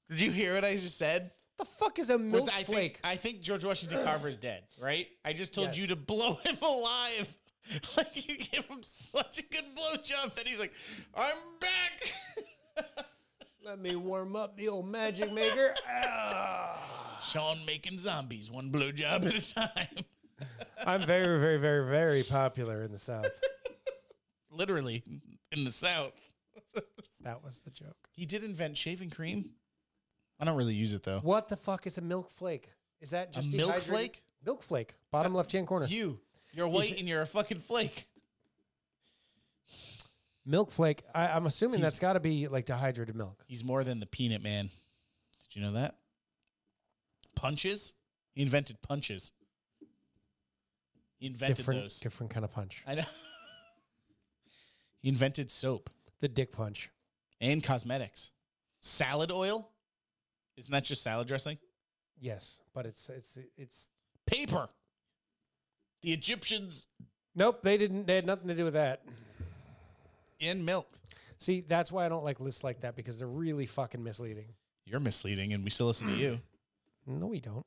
S2: Did you hear what I just said?
S1: [laughs] The fuck is a
S2: Was
S1: milk
S2: I think
S1: flake?
S2: I think George Washington Carver is dead, right? I just told
S1: Yes.
S2: you to blow him alive. [laughs] Like you gave him such a good blowjob that he's like, I'm back. [laughs]
S1: Let me warm up the old magic maker. Ah.
S2: Sean making zombies one blowjob at a time.
S1: [laughs]
S2: [laughs]
S1: I'm very, very, very, very popular in the South.
S2: Literally in the South.
S1: That was the joke.
S2: He did invent shaving cream. I don't really use it though.
S1: What the fuck is a milk flake? Is that just
S2: milk
S1: dehydrated-
S2: flake?
S1: Milk flake, bottom left hand corner.
S2: You. You're white
S1: it-
S2: and you're a fucking flake.
S1: milk flake. I, I'm assuming
S2: He's-
S1: that's got to be like dehydrated milk.
S2: He's more than the peanut man. Did you know that? Punches? He invented punches. He invented
S1: Different,
S2: those.
S1: different kind of punch.
S2: I know. [laughs] he invented soap
S1: The dick punch.
S2: and cosmetics. Salad oil? Isn't that just salad dressing?
S1: Yes, but it's it's it's.
S2: Paper. The Egyptians
S1: Nope, they didn't. They had nothing to do with that.
S2: in milk.
S1: See, that's why I don't like lists like that because they're really fucking misleading.
S2: You're misleading and we still listen to you.
S1: No, we don't.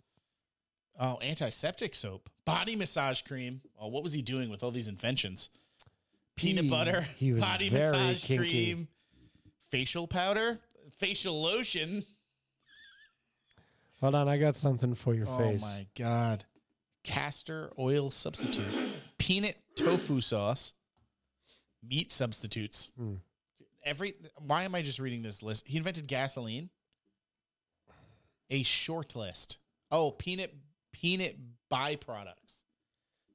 S2: Oh, antiseptic soap, body massage cream. Oh, what was he doing with all these inventions? Peanut
S1: He-
S2: butter,
S1: he was
S2: body
S1: very
S2: massage
S1: kinky.
S2: cream, facial powder, facial lotion.
S1: Hold on, I got something for your face.
S2: Oh my god.
S1: [laughs]
S2: Castor oil substitute, peanut tofu sauce, meat substitutes.
S1: Mm.
S2: Every why am I just reading this list? He invented gasoline. A short list. Oh, peanut peanut byproducts.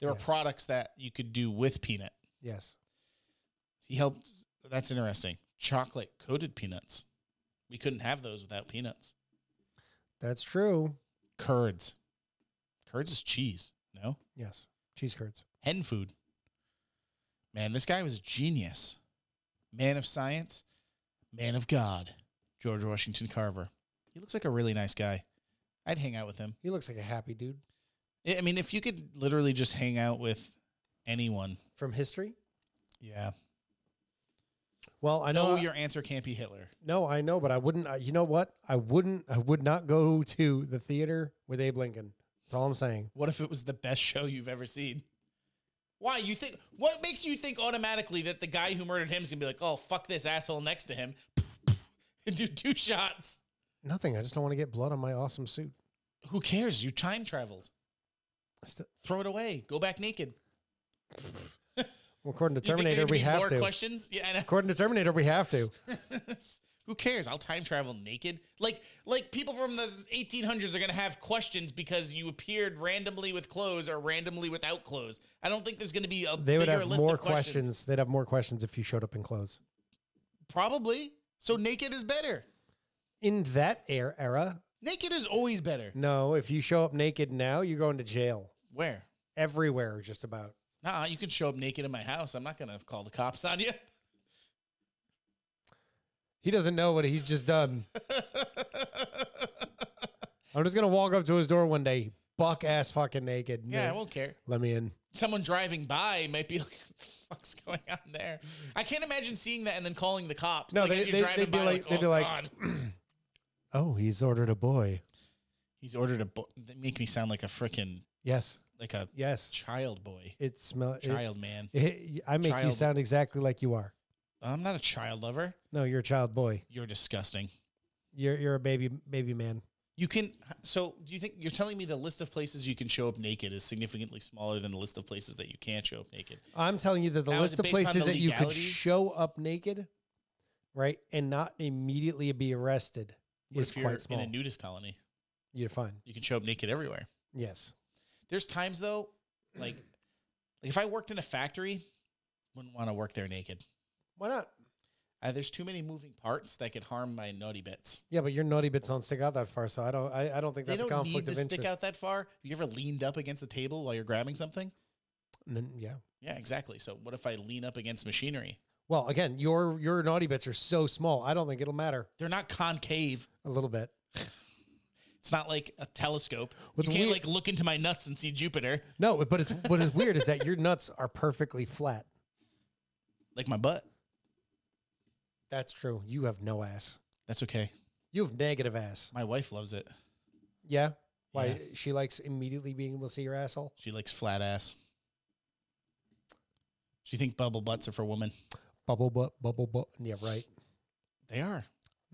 S2: There
S1: Yes.
S2: are products that you could do with peanut.
S1: Yes.
S2: He helped. That's interesting. Chocolate coated peanuts. We couldn't have those without peanuts.
S1: That's true.
S2: Curds. Curds is cheese. No
S1: Yes. Cheese curds.
S2: hen food. Man, this guy was a genius. Man of science, man of God, George Washington Carver. He looks like a really nice guy. I'd hang out with him.
S1: He looks like a happy dude
S2: I I mean, if you could literally just hang out with anyone.
S1: from history.
S2: Yeah.
S1: Well, I
S2: I
S1: know
S2: know your answer can't be Hitler.
S1: No, I know, but I wouldn't. I, you know what? I wouldn't. I would not go to the theater with Abe Lincoln. That's all I'm saying.
S2: What if it was the best show you've ever seen? Why you think? What makes you think automatically that the guy who murdered him is gonna be like, "Oh fuck this asshole next to him," [laughs] and do two shots?
S1: Nothing. I just don't want to get blood on my awesome suit.
S2: Who cares? You time traveled.
S1: St-
S2: Throw it away. Go back naked.
S1: well, according to
S2: You think there
S1: Terminator,
S2: could
S1: we
S2: be
S1: have
S2: more
S1: to.
S2: questions. Yeah, I
S1: According to Terminator, we have to.
S2: know. [laughs] Who cares? I'll time travel naked. Like, like people from the 1800s are gonna have questions because you appeared randomly with clothes or randomly without clothes. I don't think there's gonna be a
S1: They would
S2: bigger
S1: have
S2: list
S1: more
S2: of questions.
S1: questions. They'd have more questions if you showed up in clothes.
S2: Probably. So naked is better.
S1: In that er- era,
S2: Naked is always better.
S1: no. If you show up naked now, you're going to jail.
S2: Where?
S1: Everywhere, just about.
S2: Nah, you can show up naked in my house. I'm not gonna call the cops on you. [laughs]
S1: He doesn't know what he's just
S2: [laughs]
S1: done. I'm just gonna walk up to his door one day, buck ass fucking naked. and be
S2: yeah, I
S1: like,
S2: won't care.
S1: let me in.
S2: someone driving by might be [laughs] like, "What the fuck's going on there?" I can't imagine seeing that and then calling the cops.
S1: No,
S2: like,
S1: they-
S2: as you're
S1: they-
S2: driving
S1: they'd be
S2: by,
S1: like- they'd be
S2: "Oh,
S1: like- [laughs]
S2: God."
S1: Oh, he's ordered a boy.
S2: "He's ordered a book." They make me sound like a freaking
S1: Yes,
S2: like a
S1: yes.
S2: child boy,
S1: It smells.
S2: child man.
S1: I make you
S2: Child.
S1: sound exactly like you are.
S2: I'm not a child lover.
S1: No, you're a child boy.
S2: You're disgusting.
S1: You're you're a baby baby man.
S2: You can. So, do you think you're telling me the list of places you can show up naked is significantly smaller than the list of places that you can't show up naked?
S1: I'm telling you that the
S2: Now, is
S1: list
S2: it
S1: of
S2: based on
S1: places
S2: the
S1: that you could
S2: legality?
S1: show up naked, right, and not immediately be arrested
S2: What
S1: is
S2: if you're
S1: quite small.
S2: in a nudist colony,
S1: you're fine.
S2: you can show up naked everywhere.
S1: Yes.
S2: There's
S1: [clears throat]
S2: times though, like, like if I worked in a factory, wouldn't want to work there naked.
S1: Why not?
S2: Uh, there's too many moving parts that could harm my naughty bits.
S1: Yeah, but your naughty bits don't stick out that far, so I don't. I, I don't think
S2: They
S1: that's a
S2: don't need
S1: conflict
S2: to
S1: of
S2: stick
S1: interest.
S2: out that far. Have you ever leaned up against the table while you're grabbing something?
S1: N- yeah.
S2: Yeah, exactly. So what if I lean up against machinery?
S1: Well, again, your your naughty bits are so small. I don't think it'll matter
S2: They're not concave.
S1: a little bit.
S2: It's not like a telescope.
S1: What's
S2: you can't
S1: weird-
S2: like look into my nuts and see Jupiter,
S1: No, but it's what is weird is that your nuts are perfectly flat.
S2: like my butt.
S1: That's true. You have no ass.
S2: That's okay.
S1: You have negative ass.
S2: My wife loves it.
S1: Yeah. Why
S2: Yeah.
S1: she likes immediately being able to see your asshole?
S2: She likes flat ass. She think bubble butts are for women.
S1: Bubble butt, bubble butt. Yeah, right.
S2: They are.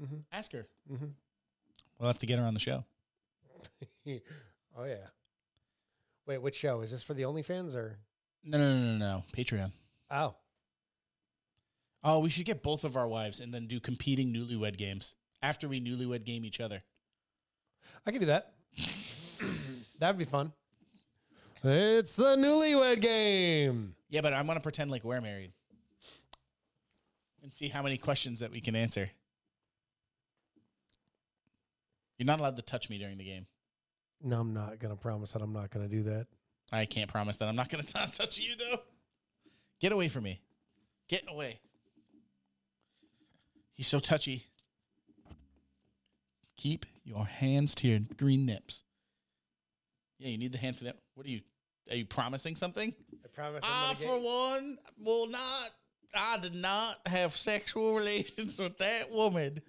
S1: Mm-hmm,
S2: Ask her.
S1: mm-hmm.
S2: We'll have to get her on the show.
S1: [laughs] oh yeah. Wait, which show is this for? The OnlyFans or
S2: No, no, no, no, no. Patreon.
S1: oh
S2: Oh, we should get both of our wives and then do competing newlywed games after we newlywed game each other.
S1: I can do that. [coughs] That'd be fun. It's the newlywed game.
S2: Yeah, but I want to pretend like we're married and see how many questions that we can answer. You're not allowed to touch me during the game.
S1: No, I'm not gonna promise that I'm not gonna do that.
S2: I can't promise that I'm not going to [laughs] not touch you though. Get away from me. Get away. He's so touchy. Keep your hands to your green nips. Yeah, you need the hand for that. What are you? Are you promising something?
S1: I promise.
S2: I, Ah, for one, will not. I did not have sexual [laughs] relations with that woman.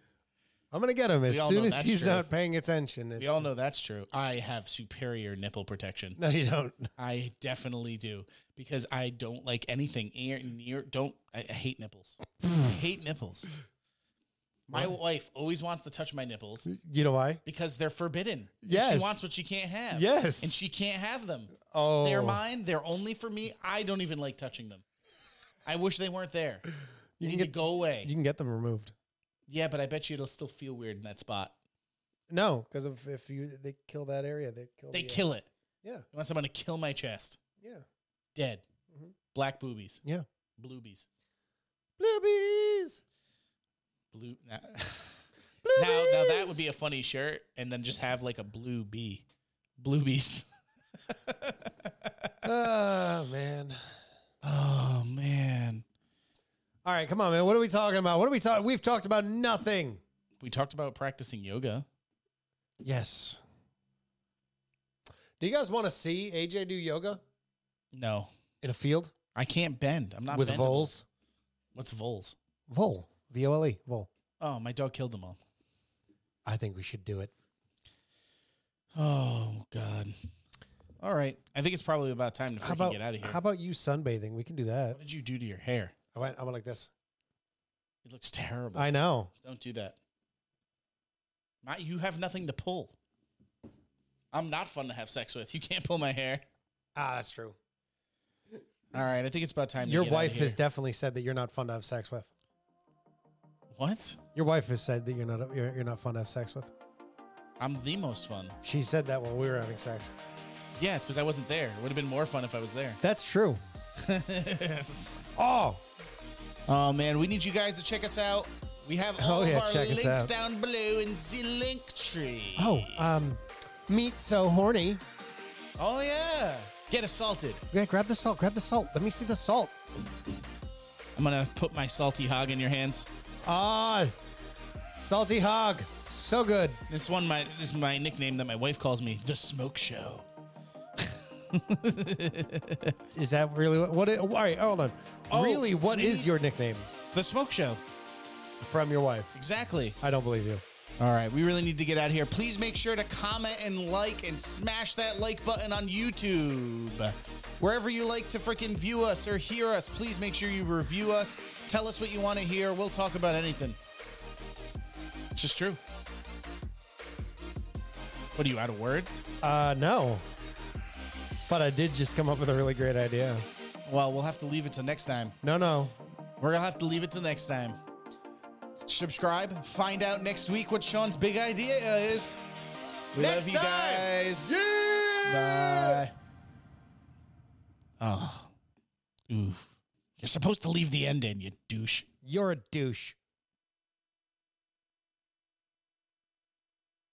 S1: I'm gonna get him as
S2: We all
S1: soon
S2: know
S1: as
S2: that's
S1: he's
S2: true.
S1: not paying attention.
S2: We
S1: It's-
S2: all know that's true. I have superior nipple protection.
S1: [laughs] No, you don't.
S2: I definitely do because I don't like anything near. near don't I, I hate nipples.
S1: [sighs]
S2: I hate nipples. My wife always wants to touch my nipples
S1: You know why?
S2: because they're forbidden. And
S1: Yes.
S2: she wants what she can't have.
S1: Yes.
S2: and she can't have them.
S1: Oh, [laughs]
S2: They're mine. They're only for me. I don't even like touching them. I wish they weren't there.
S1: You
S2: You
S1: can
S2: need
S1: get
S2: to go away.
S1: you can get them removed.
S2: yeah, but I bet you it'll still feel weird in that spot.
S1: No, because if, if you they kill that area, they kill.
S2: They
S1: the, uh,
S2: kill it.
S1: Yeah.
S2: I want someone to kill my chest.
S1: Yeah.
S2: Dead.
S1: Mhm.
S2: Black boobies.
S1: Yeah.
S2: Bluebies.
S1: Bluebies.
S2: Blue. [laughs] Now, now, now that would be a funny shirt, and then just have like a blue bee. Bluebies.
S1: Oh man.
S2: oh man.
S1: All right, come on, man. What are we talking about? What are we talking? We've talked about nothing.
S2: We talked about practicing yoga.
S1: Yes. Do you guys want to see AJ do yoga
S2: No,
S1: in a field
S2: I can't bend. I'm not
S1: with
S2: bendable.
S1: voles?
S2: What's voles?
S1: Vole. V O L E. Vole.
S2: Oh, my dog killed them all.
S1: I think we should do it.
S2: Oh God. All right. I think it's probably about time to freaking
S1: How about
S2: get out of here.
S1: how about you sunbathing? We can do that.
S2: what did you do to your hair?
S1: I went. I went like this.
S2: It looks terrible.
S1: I know.
S2: Don't do that. My, you have nothing to pull. I'm not fun to have sex with. You can't pull my hair.
S1: Ah, that's true.
S2: All right, I think it's about time.
S1: Your
S2: to get outta
S1: wife has
S2: here.
S1: definitely said that you're not fun to have sex with.
S2: what?
S1: Your wife has said that you're not you're, you're not fun to have sex with.
S2: I'm the most fun.
S1: She said that while we were having sex.
S2: Yes, because I wasn't there. It would have been more fun if I was there.
S1: That's
S2: [laughs]
S1: true. Oh,
S2: Oh man, we need you guys to check us out. We have all
S1: Oh, yeah,
S2: of our
S1: check us
S2: links
S1: out.
S2: down below in the link tree.
S1: oh, um, meat so horny.
S2: oh yeah. Get assaulted.
S1: Yeah, grab the salt. Grab the salt. Let me see the salt.
S2: I'm gonna put my salty hog in your hands.
S1: Ah, salty hog. So good.
S2: This one, my this is my nickname that my wife calls me, the Smoke Show.
S1: Is that really what? what it, all right, hold on.
S2: Oh,
S1: really, what is
S2: we need-
S1: your nickname
S2: The Smoke Show.
S1: from your wife?
S2: Exactly.
S1: I don't believe you.
S2: All right, we really need to get out of here. Please make sure to comment and like and smash that like button on YouTube. Wherever you like to freaking view us or hear us, please make sure you review us. Tell us what you want to hear. We'll talk about anything. It's just true. What are you out of words?
S1: Uh, no. But I did just come up with a really great idea.
S2: Well, we'll have to leave it till next time.
S1: No, no.
S2: We're gonna have to leave it till next time. Subscribe. Find out next week what Sean's big idea is. We
S1: Next
S2: love you
S1: time.
S2: guys. Bye. Oh. Oof. You're supposed to leave the end in, you douche.
S1: You're a douche.